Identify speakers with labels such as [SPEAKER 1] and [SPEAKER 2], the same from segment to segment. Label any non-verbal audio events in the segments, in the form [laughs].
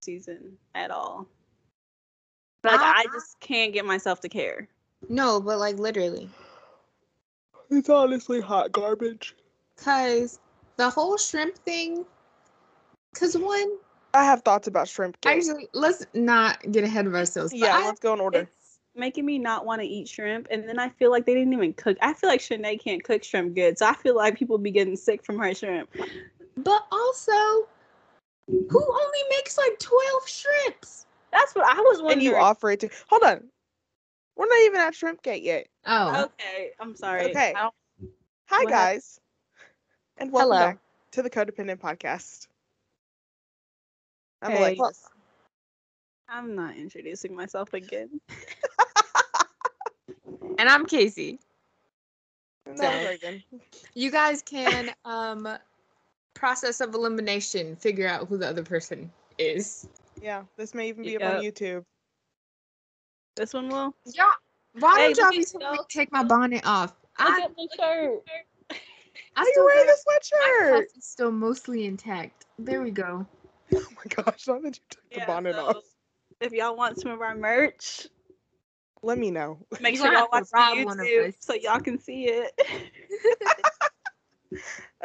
[SPEAKER 1] season at all. Like I,
[SPEAKER 2] I-
[SPEAKER 1] just can't get myself to care.
[SPEAKER 2] No, but like literally.
[SPEAKER 3] It's honestly hot garbage.
[SPEAKER 2] Cause the whole shrimp thing. Cause one,
[SPEAKER 3] I have thoughts about shrimp. Cake.
[SPEAKER 2] actually, let's not get ahead of ourselves. but
[SPEAKER 3] yeah,
[SPEAKER 2] I-
[SPEAKER 3] let's go in order.
[SPEAKER 1] It's making me not want to eat shrimp, and then I feel like they didn't even cook. I feel like Shanae can't cook shrimp good, so I feel like people be getting sick from her shrimp.
[SPEAKER 2] but also, who only makes like twelve shrimps?
[SPEAKER 1] That's what I was
[SPEAKER 3] And
[SPEAKER 1] wondering.
[SPEAKER 3] you offer it to. Hold on. We're not even at shrimp cake yet.
[SPEAKER 2] Oh,
[SPEAKER 1] okay, I'm sorry.
[SPEAKER 3] Okay.
[SPEAKER 1] I don't- What
[SPEAKER 3] Hi,
[SPEAKER 1] hap-
[SPEAKER 3] guys. And welcome
[SPEAKER 2] Hello.
[SPEAKER 3] back to the Codependent Podcast. I'm
[SPEAKER 1] Hey.
[SPEAKER 3] Alexis.
[SPEAKER 1] I'm not introducing myself again.
[SPEAKER 2] and I'm Casey.
[SPEAKER 3] And
[SPEAKER 2] So-
[SPEAKER 3] that was Reagan.
[SPEAKER 2] You guys [laughs] can um process of elimination, figure out who the other person is.
[SPEAKER 3] Yeah, this may even be up on
[SPEAKER 1] Yep.
[SPEAKER 3] YouTube.
[SPEAKER 1] This one will.
[SPEAKER 2] Yeah. Why
[SPEAKER 1] Hey,
[SPEAKER 2] don't y'all
[SPEAKER 1] look
[SPEAKER 2] be
[SPEAKER 1] at
[SPEAKER 2] telling me
[SPEAKER 1] y'all.
[SPEAKER 2] to take my bonnet off?
[SPEAKER 1] Look
[SPEAKER 2] I,
[SPEAKER 1] at my shirt.
[SPEAKER 2] I
[SPEAKER 3] Are you
[SPEAKER 2] still
[SPEAKER 3] wearing
[SPEAKER 2] wear-
[SPEAKER 3] the
[SPEAKER 1] [laughs]
[SPEAKER 3] sweatshirt?
[SPEAKER 2] my cuff is still mostly intact. There we go.
[SPEAKER 3] Oh my gosh, why did you take the
[SPEAKER 1] Yeah,
[SPEAKER 3] bonnet
[SPEAKER 1] so
[SPEAKER 3] off?
[SPEAKER 1] If y'all want some of our merch,
[SPEAKER 3] Let me know. [laughs]
[SPEAKER 1] make
[SPEAKER 2] You
[SPEAKER 1] sure y'all
[SPEAKER 2] have to
[SPEAKER 1] watch the
[SPEAKER 2] rob one of
[SPEAKER 1] YouTube
[SPEAKER 2] us.
[SPEAKER 1] so y'all can see it. [laughs]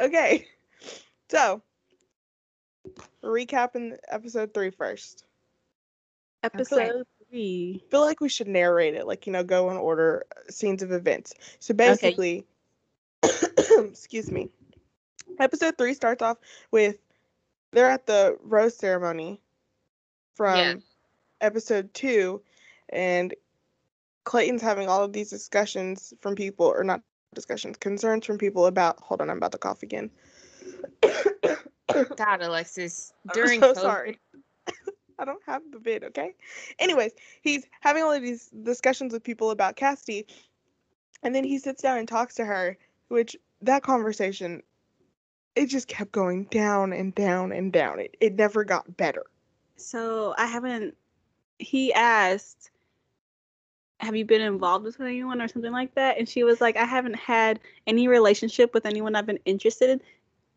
[SPEAKER 3] Okay. So, recapping episode three first.
[SPEAKER 1] Episode three.
[SPEAKER 3] feel like we should narrate it, like, you know, go in order uh, scenes of events. So basically, [coughs] excuse me. Episode three starts off with they're at the rose ceremony from
[SPEAKER 2] Yeah.
[SPEAKER 3] episode two, and Clayton's having all of these discussions from people, or not discussions, concerns from people about. Hold on, I'm about to cough again.
[SPEAKER 2] God, Alexis.
[SPEAKER 1] [laughs]
[SPEAKER 3] I'm [laughs]
[SPEAKER 2] During
[SPEAKER 3] so
[SPEAKER 2] COVID,
[SPEAKER 3] sorry. I don't have the vid, okay? Anyways, he's having all of these discussions with people about Cassidy, and then he sits down and talks to her, which that conversation, it just kept going down and down and down. It, it never got better.
[SPEAKER 1] So I haven't. He asked, "Have you been involved with anyone or something like that?" And she was like, "I haven't had any relationship with anyone I've been interested in."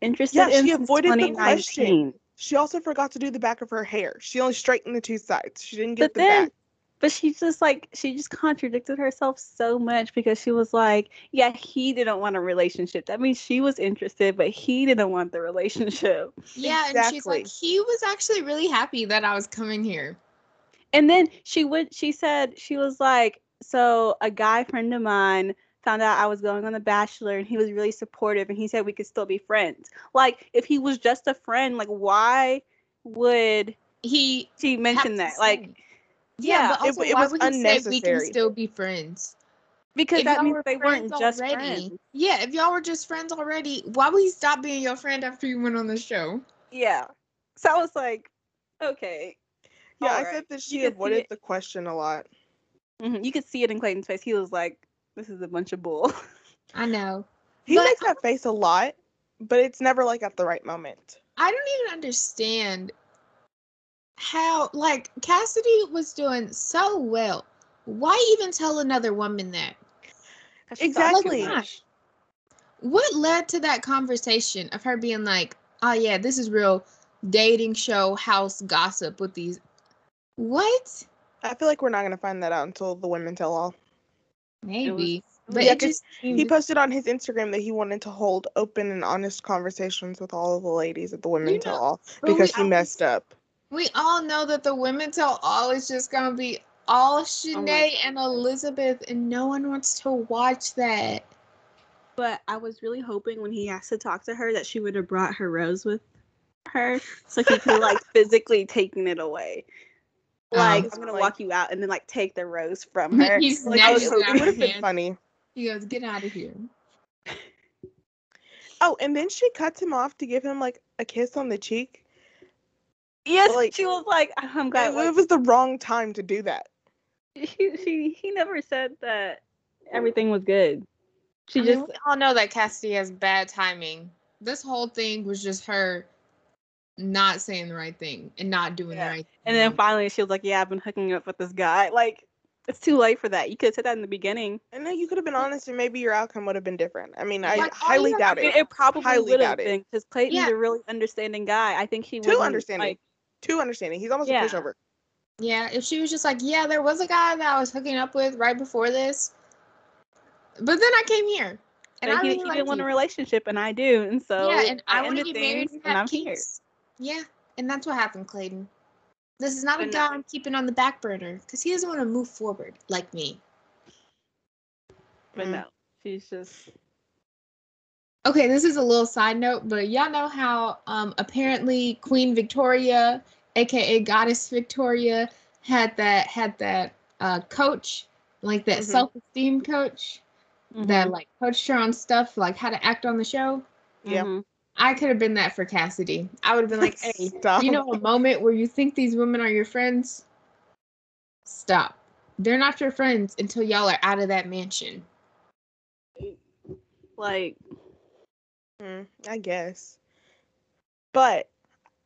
[SPEAKER 1] Interested
[SPEAKER 3] Yeah,
[SPEAKER 1] in
[SPEAKER 3] she
[SPEAKER 1] since
[SPEAKER 3] avoided the
[SPEAKER 1] 2019."
[SPEAKER 3] She also forgot to do the back of her hair. She only straightened the two sides. She didn't get
[SPEAKER 1] But
[SPEAKER 3] the
[SPEAKER 1] then,
[SPEAKER 3] back.
[SPEAKER 1] but she just like she just contradicted herself so much because she was like, "Yeah, he didn't want a relationship. That means she was interested, but he didn't want the relationship."
[SPEAKER 2] Yeah, and she's like,
[SPEAKER 3] Exactly.
[SPEAKER 2] he was actually really happy that I was coming here.
[SPEAKER 1] And then she would she said she was like, so a guy friend of mine found out I was going on the bachelor and he was really supportive and he said we could still be friends. Like if he was just a friend, like why would
[SPEAKER 2] He
[SPEAKER 1] she mention
[SPEAKER 2] had
[SPEAKER 1] that?
[SPEAKER 2] to
[SPEAKER 1] Like
[SPEAKER 2] say- yeah,
[SPEAKER 1] yeah,
[SPEAKER 2] but
[SPEAKER 3] it-
[SPEAKER 2] also,
[SPEAKER 3] it
[SPEAKER 2] why
[SPEAKER 3] was
[SPEAKER 2] would he say we can
[SPEAKER 3] unnecessary.
[SPEAKER 2] still be friends?
[SPEAKER 1] because
[SPEAKER 2] If
[SPEAKER 1] that
[SPEAKER 2] y'all
[SPEAKER 1] means
[SPEAKER 2] were
[SPEAKER 1] they weren't
[SPEAKER 2] friends
[SPEAKER 1] just
[SPEAKER 2] already-
[SPEAKER 1] friends.
[SPEAKER 2] Yeah, if y'all were just friends already, why would he stop being your friend after you went on the show?
[SPEAKER 1] Yeah. So I was like, okay.
[SPEAKER 3] Yeah, I
[SPEAKER 1] alright.
[SPEAKER 3] said that
[SPEAKER 1] You
[SPEAKER 3] she
[SPEAKER 1] could see
[SPEAKER 3] avoided
[SPEAKER 1] it.
[SPEAKER 3] the question a lot.
[SPEAKER 1] Mhm. You could see it in Clayton's face. He was like, this is a bunch of bull.
[SPEAKER 2] I know.
[SPEAKER 3] He
[SPEAKER 2] But-
[SPEAKER 3] makes that face a lot, but it's never like at the right moment.
[SPEAKER 2] I don't even understand how like Cassidy was doing so well. Why even tell another woman that?
[SPEAKER 1] [laughs]
[SPEAKER 3] Exactly.
[SPEAKER 2] What led to that conversation of her being like, "Oh yeah, this is real dating show house gossip with these What?
[SPEAKER 3] I feel like we're not gonna find that out until the women tell all.
[SPEAKER 2] Maybe. but
[SPEAKER 3] Yeah,
[SPEAKER 2] it
[SPEAKER 3] 'cause
[SPEAKER 2] just
[SPEAKER 3] He posted on his Instagram that he wanted to hold open and honest conversations with all of the ladies at the women
[SPEAKER 2] You
[SPEAKER 3] tell
[SPEAKER 2] know,
[SPEAKER 3] all
[SPEAKER 2] but
[SPEAKER 3] because
[SPEAKER 2] we
[SPEAKER 3] he messed up.
[SPEAKER 2] We all know that the women tell all is just gonna be all Shanae and Elizabeth, and no one wants to watch that.
[SPEAKER 1] But I was really hoping when he asked to talk to her that she would have brought her rose with her so he could [laughs] like physically taking it away.
[SPEAKER 2] Um,
[SPEAKER 1] Like, I'm gonna
[SPEAKER 3] Like-
[SPEAKER 1] walk you out and then like take the rose from her.
[SPEAKER 2] He's
[SPEAKER 1] Like,
[SPEAKER 2] Now
[SPEAKER 1] I
[SPEAKER 3] Oh,
[SPEAKER 1] was
[SPEAKER 2] you
[SPEAKER 3] it
[SPEAKER 2] know
[SPEAKER 1] hoping-
[SPEAKER 2] what
[SPEAKER 3] would have been
[SPEAKER 2] man.
[SPEAKER 3] funny.
[SPEAKER 2] He goes, "Get out of here."
[SPEAKER 3] Oh, and then she cuts him off to give him like a kiss on the cheek.
[SPEAKER 1] [laughs] yes,
[SPEAKER 3] Like-
[SPEAKER 1] she was like, I'm glad
[SPEAKER 3] It, it was the wrong time to do that.
[SPEAKER 1] [laughs] he, she he never said that everything was good. She
[SPEAKER 2] I mean,
[SPEAKER 1] just
[SPEAKER 2] we all know that Cassidy has bad timing. This whole thing was just her not saying the right thing and not doing
[SPEAKER 1] Yeah.
[SPEAKER 2] the right.
[SPEAKER 1] and then
[SPEAKER 2] thing.
[SPEAKER 1] finally she was like, Yeah, I've been hooking up with this guy. Like, it's too late for that. You could have said that in the beginning.
[SPEAKER 3] And then you could have been honest, and maybe your outcome would have been different. I mean, I
[SPEAKER 2] Like, oh, all
[SPEAKER 3] highly
[SPEAKER 2] you have
[SPEAKER 3] doubt
[SPEAKER 1] I mean,
[SPEAKER 3] it.
[SPEAKER 1] it probably
[SPEAKER 3] Highly
[SPEAKER 1] would have
[SPEAKER 3] doubt it.
[SPEAKER 1] been because Clayton's
[SPEAKER 2] Yeah.
[SPEAKER 1] a really understanding guy. I think he
[SPEAKER 3] Too
[SPEAKER 1] would
[SPEAKER 3] understanding.
[SPEAKER 1] Like,
[SPEAKER 3] too understanding. He's almost
[SPEAKER 1] Yeah.
[SPEAKER 3] a pushover.
[SPEAKER 2] Yeah, if she was just like, yeah, there was a guy that I was hooking up with right before this, but then I came here,
[SPEAKER 1] But
[SPEAKER 2] and I
[SPEAKER 1] he,
[SPEAKER 2] really
[SPEAKER 1] he
[SPEAKER 2] liked
[SPEAKER 1] didn't want
[SPEAKER 2] you.
[SPEAKER 1] a relationship, and I do, and so
[SPEAKER 2] yeah, and I, want to
[SPEAKER 1] ended
[SPEAKER 2] get married
[SPEAKER 1] things,
[SPEAKER 2] and
[SPEAKER 1] and
[SPEAKER 2] have
[SPEAKER 1] I'm here.
[SPEAKER 2] kids. Yeah, and that's what happened, Clayton. This is not a
[SPEAKER 1] But
[SPEAKER 2] guy
[SPEAKER 1] no-
[SPEAKER 2] I'm keeping on the back burner because he doesn't want to move forward like me.
[SPEAKER 1] But
[SPEAKER 3] Mm. [laughs]
[SPEAKER 1] no, she's just
[SPEAKER 2] Okay, this is a little side note, but y'all know how um apparently Queen Victoria, aka Goddess Victoria, had that had that uh coach, like that
[SPEAKER 3] Mhm.
[SPEAKER 2] self-esteem coach that like coached her on stuff like how to act on the show.
[SPEAKER 3] Yeah.
[SPEAKER 1] Mhm.
[SPEAKER 2] I could have been that for Cassidy. I would have been [laughs] like, "Hey,
[SPEAKER 3] Stop.
[SPEAKER 2] you know a moment where you think these women are your friends? Stop. They're not your friends until y'all are out of that mansion."
[SPEAKER 1] like
[SPEAKER 3] Mm, I guess. But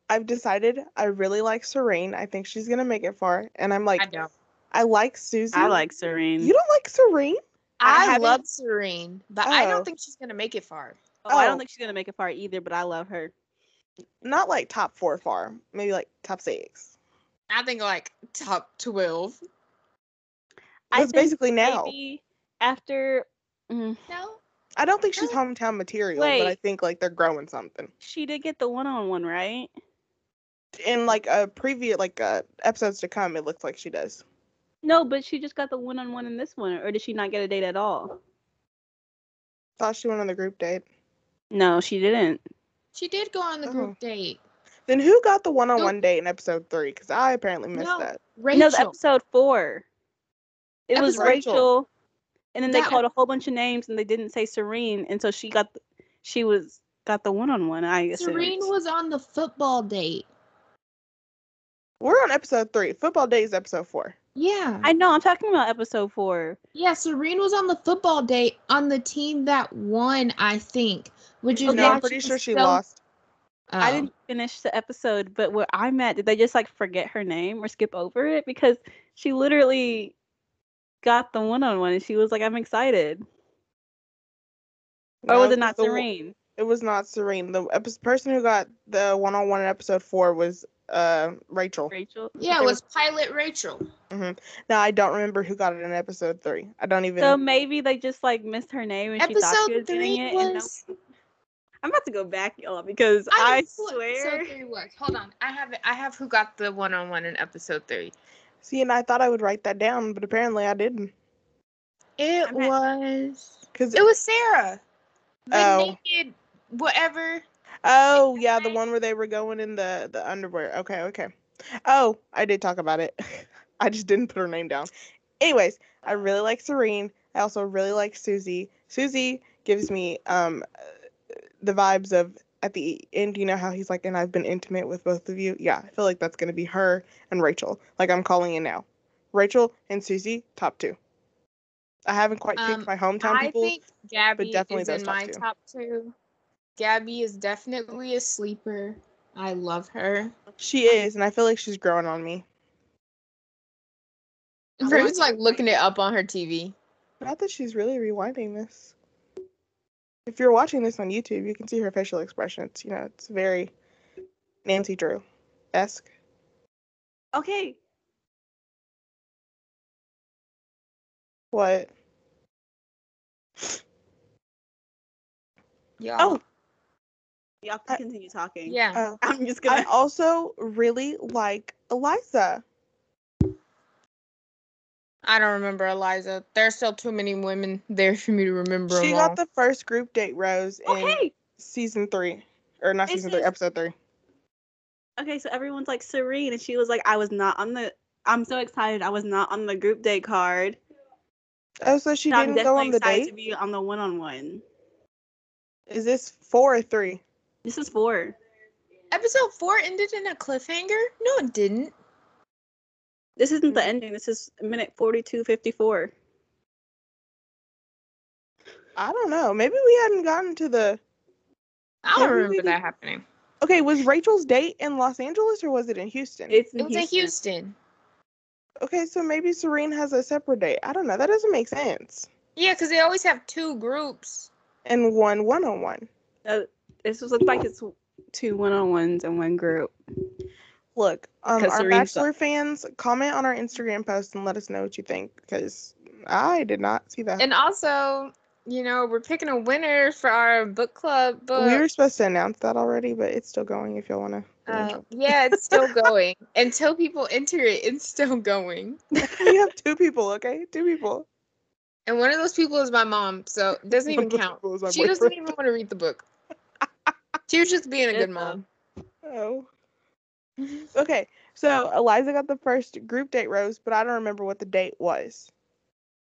[SPEAKER 3] I've decided I really like Serene. I think she's gonna make it far. And I'm like,
[SPEAKER 2] I don't.
[SPEAKER 3] I like Susie.
[SPEAKER 1] I like Serene.
[SPEAKER 3] You don't like Serene?
[SPEAKER 2] I,
[SPEAKER 3] haven't-
[SPEAKER 2] love Serene, but I
[SPEAKER 3] Oh.
[SPEAKER 2] don't think she's gonna make it far.
[SPEAKER 1] oh, I
[SPEAKER 3] oh.
[SPEAKER 1] don't think she's gonna make it far either, but I love her.
[SPEAKER 3] Not like top four far. Maybe like top six.
[SPEAKER 2] I think like top twelve.
[SPEAKER 1] I
[SPEAKER 3] That's
[SPEAKER 1] think
[SPEAKER 3] basically now.
[SPEAKER 1] Maybe after mm,
[SPEAKER 2] No.
[SPEAKER 3] I don't think she's
[SPEAKER 2] No.
[SPEAKER 3] hometown material, but I
[SPEAKER 1] Wait.
[SPEAKER 3] think like they're growing something.
[SPEAKER 1] she did get the one-on-one, right?
[SPEAKER 3] In like a preview, like uh, episodes to come, it looks like she does.
[SPEAKER 1] No, but she just got the one-on-one in this one, or did she not get a date at all?
[SPEAKER 3] Thought she went on the group date.
[SPEAKER 1] No, she didn't.
[SPEAKER 2] She did go on the group
[SPEAKER 3] Oh.
[SPEAKER 2] date.
[SPEAKER 3] Then who got the one-on-one date in episode three? Because I apparently missed
[SPEAKER 2] No.
[SPEAKER 3] that.
[SPEAKER 2] Rachel.
[SPEAKER 1] No, the episode four. It was
[SPEAKER 2] Episode-
[SPEAKER 1] Rachel,
[SPEAKER 3] Rachel.
[SPEAKER 1] and then they
[SPEAKER 2] That-
[SPEAKER 1] called a whole bunch of names, and they didn't say Serene, and so she got, th- she was got the one-on-one. I guess
[SPEAKER 2] Serene was on the football date.
[SPEAKER 3] We're on episode three. Football day is episode four.
[SPEAKER 2] Yeah.
[SPEAKER 1] I know. I'm talking about episode four.
[SPEAKER 2] yeah, Serene was on the football date on the team that won, I think. Which is
[SPEAKER 1] Okay.
[SPEAKER 3] No,
[SPEAKER 2] why
[SPEAKER 3] I'm pretty
[SPEAKER 2] was
[SPEAKER 3] sure she
[SPEAKER 2] so-
[SPEAKER 3] lost.
[SPEAKER 2] Oh.
[SPEAKER 1] I didn't finish the episode, but where I'm at, did they just like forget her name or skip over it? Because she literally got the one-on-one, and she was like, "I'm excited," or oh, was
[SPEAKER 3] No,
[SPEAKER 1] it not
[SPEAKER 3] the-
[SPEAKER 1] Serene?
[SPEAKER 3] It was not Serene. The epi- person who got the one-on-one in episode four was uh Rachel.
[SPEAKER 1] Rachel.
[SPEAKER 2] Yeah, it
[SPEAKER 3] Okay.
[SPEAKER 2] was Pilot Rachel.
[SPEAKER 3] Now I don't remember who got it in episode three. I don't even.
[SPEAKER 1] So maybe they just like missed her name and she thought she
[SPEAKER 2] episode
[SPEAKER 1] was
[SPEAKER 2] three
[SPEAKER 1] getting it. and no-
[SPEAKER 2] was.
[SPEAKER 1] I'm about to go back, y'all, because
[SPEAKER 2] don't
[SPEAKER 1] I,
[SPEAKER 2] know what
[SPEAKER 1] swear.
[SPEAKER 2] Episode three was. Hold on, I have it. I have who got the one on one in episode three.
[SPEAKER 3] See, and I thought I would write that down, but apparently I didn't.
[SPEAKER 2] It
[SPEAKER 1] I'm at-
[SPEAKER 2] was.
[SPEAKER 3] Cause
[SPEAKER 2] It was Sarah. The
[SPEAKER 3] Oh.
[SPEAKER 2] naked whatever.
[SPEAKER 3] oh yeah, the
[SPEAKER 2] right?
[SPEAKER 3] one where they were going in the the underwear. Okay, okay. Oh, I did talk about it. [laughs] I just didn't put her name down. Anyways, I really like Serene. I also really like Susie. Susie gives me um uh, the vibes of at the end. You know how he's like, and I've been intimate with both of you. Yeah, I feel like that's gonna be her and Rachel. Like I'm calling it now. Rachel and Susie, top two. I haven't quite picked
[SPEAKER 2] Um,
[SPEAKER 3] my hometown
[SPEAKER 2] I
[SPEAKER 3] people.
[SPEAKER 2] think Gabby
[SPEAKER 3] definitely
[SPEAKER 2] is
[SPEAKER 3] those
[SPEAKER 2] in
[SPEAKER 3] top
[SPEAKER 2] my
[SPEAKER 3] two.
[SPEAKER 2] top two. Gabby is definitely a sleeper. I love her.
[SPEAKER 3] She is, and I feel like she's growing on me. I like
[SPEAKER 2] Bruce like looking it up on her TV.
[SPEAKER 3] Not that she's really rewinding this. If you're watching this on YouTube, you can see her facial expression. It's, you know, it's very Nancy Drew esque.
[SPEAKER 1] Okay.
[SPEAKER 3] What?
[SPEAKER 2] Yeah.
[SPEAKER 3] Oh,
[SPEAKER 1] Y'all
[SPEAKER 3] I-
[SPEAKER 1] can continue talking.
[SPEAKER 2] yeah.
[SPEAKER 3] Oh.
[SPEAKER 1] I'm just
[SPEAKER 3] I
[SPEAKER 1] gonna [laughs]
[SPEAKER 3] also really like Eliza.
[SPEAKER 2] I don't remember Eliza. There's still too many women [laughs] there for me to remember.
[SPEAKER 3] She
[SPEAKER 2] 'em all.
[SPEAKER 3] got the first group date rose in
[SPEAKER 1] Okay.
[SPEAKER 3] season three, or not
[SPEAKER 1] This
[SPEAKER 3] season three,
[SPEAKER 1] is-
[SPEAKER 3] episode three.
[SPEAKER 1] Okay, so everyone's like serene and she was like, I was not on the I'm so excited I was not on the group date card.
[SPEAKER 3] Oh, so she
[SPEAKER 1] So I'm
[SPEAKER 3] didn't go
[SPEAKER 1] definitely
[SPEAKER 3] on the
[SPEAKER 1] excited
[SPEAKER 3] date.
[SPEAKER 1] to be on the one on one.
[SPEAKER 3] Is this four or three?
[SPEAKER 1] This is four.
[SPEAKER 2] Episode four ended in a cliffhanger. No, it didn't.
[SPEAKER 1] This isn't the ending, this is minute forty two fifty four.
[SPEAKER 3] I don't know. Maybe we hadn't gotten to the.
[SPEAKER 2] I
[SPEAKER 3] Yeah,
[SPEAKER 2] don't
[SPEAKER 3] we
[SPEAKER 2] remember
[SPEAKER 3] didn't.
[SPEAKER 2] that happening.
[SPEAKER 3] Okay, was Rachel's date in Los Angeles or was it in Houston?
[SPEAKER 1] It's in
[SPEAKER 2] It was in Houston.
[SPEAKER 3] Okay, so maybe Serene has a separate date. I don't know. That doesn't make sense.
[SPEAKER 2] Yeah, because they always have two groups.
[SPEAKER 3] And one one on one.
[SPEAKER 1] Uh, this was looks like it's two one on ones in one group.
[SPEAKER 3] Look, um,
[SPEAKER 4] Because
[SPEAKER 3] our
[SPEAKER 4] Serene's
[SPEAKER 3] Bachelor fans, comment on our Instagram post and let us know what you think because I did not see that.
[SPEAKER 2] And also, you know, we're picking a winner for our book club book.
[SPEAKER 3] we were supposed to announce that already, but it's still going if y'all want to.
[SPEAKER 2] Uh, yeah, it's still going. [laughs] Until people enter it, it's still going.
[SPEAKER 3] [laughs] we have two people, okay? Two people.
[SPEAKER 2] And one of those people is my mom, so it [laughs] doesn't
[SPEAKER 3] [laughs]
[SPEAKER 2] even
[SPEAKER 3] One of those
[SPEAKER 2] count.
[SPEAKER 3] people is my
[SPEAKER 2] She doesn't
[SPEAKER 3] boyfriend.
[SPEAKER 2] even want to read the book. She was just being a
[SPEAKER 4] Good
[SPEAKER 2] good mom.
[SPEAKER 3] [laughs]
[SPEAKER 2] [laughs]
[SPEAKER 3] Oh. Okay, so Eliza got the first group date rose, but I don't remember what the date was.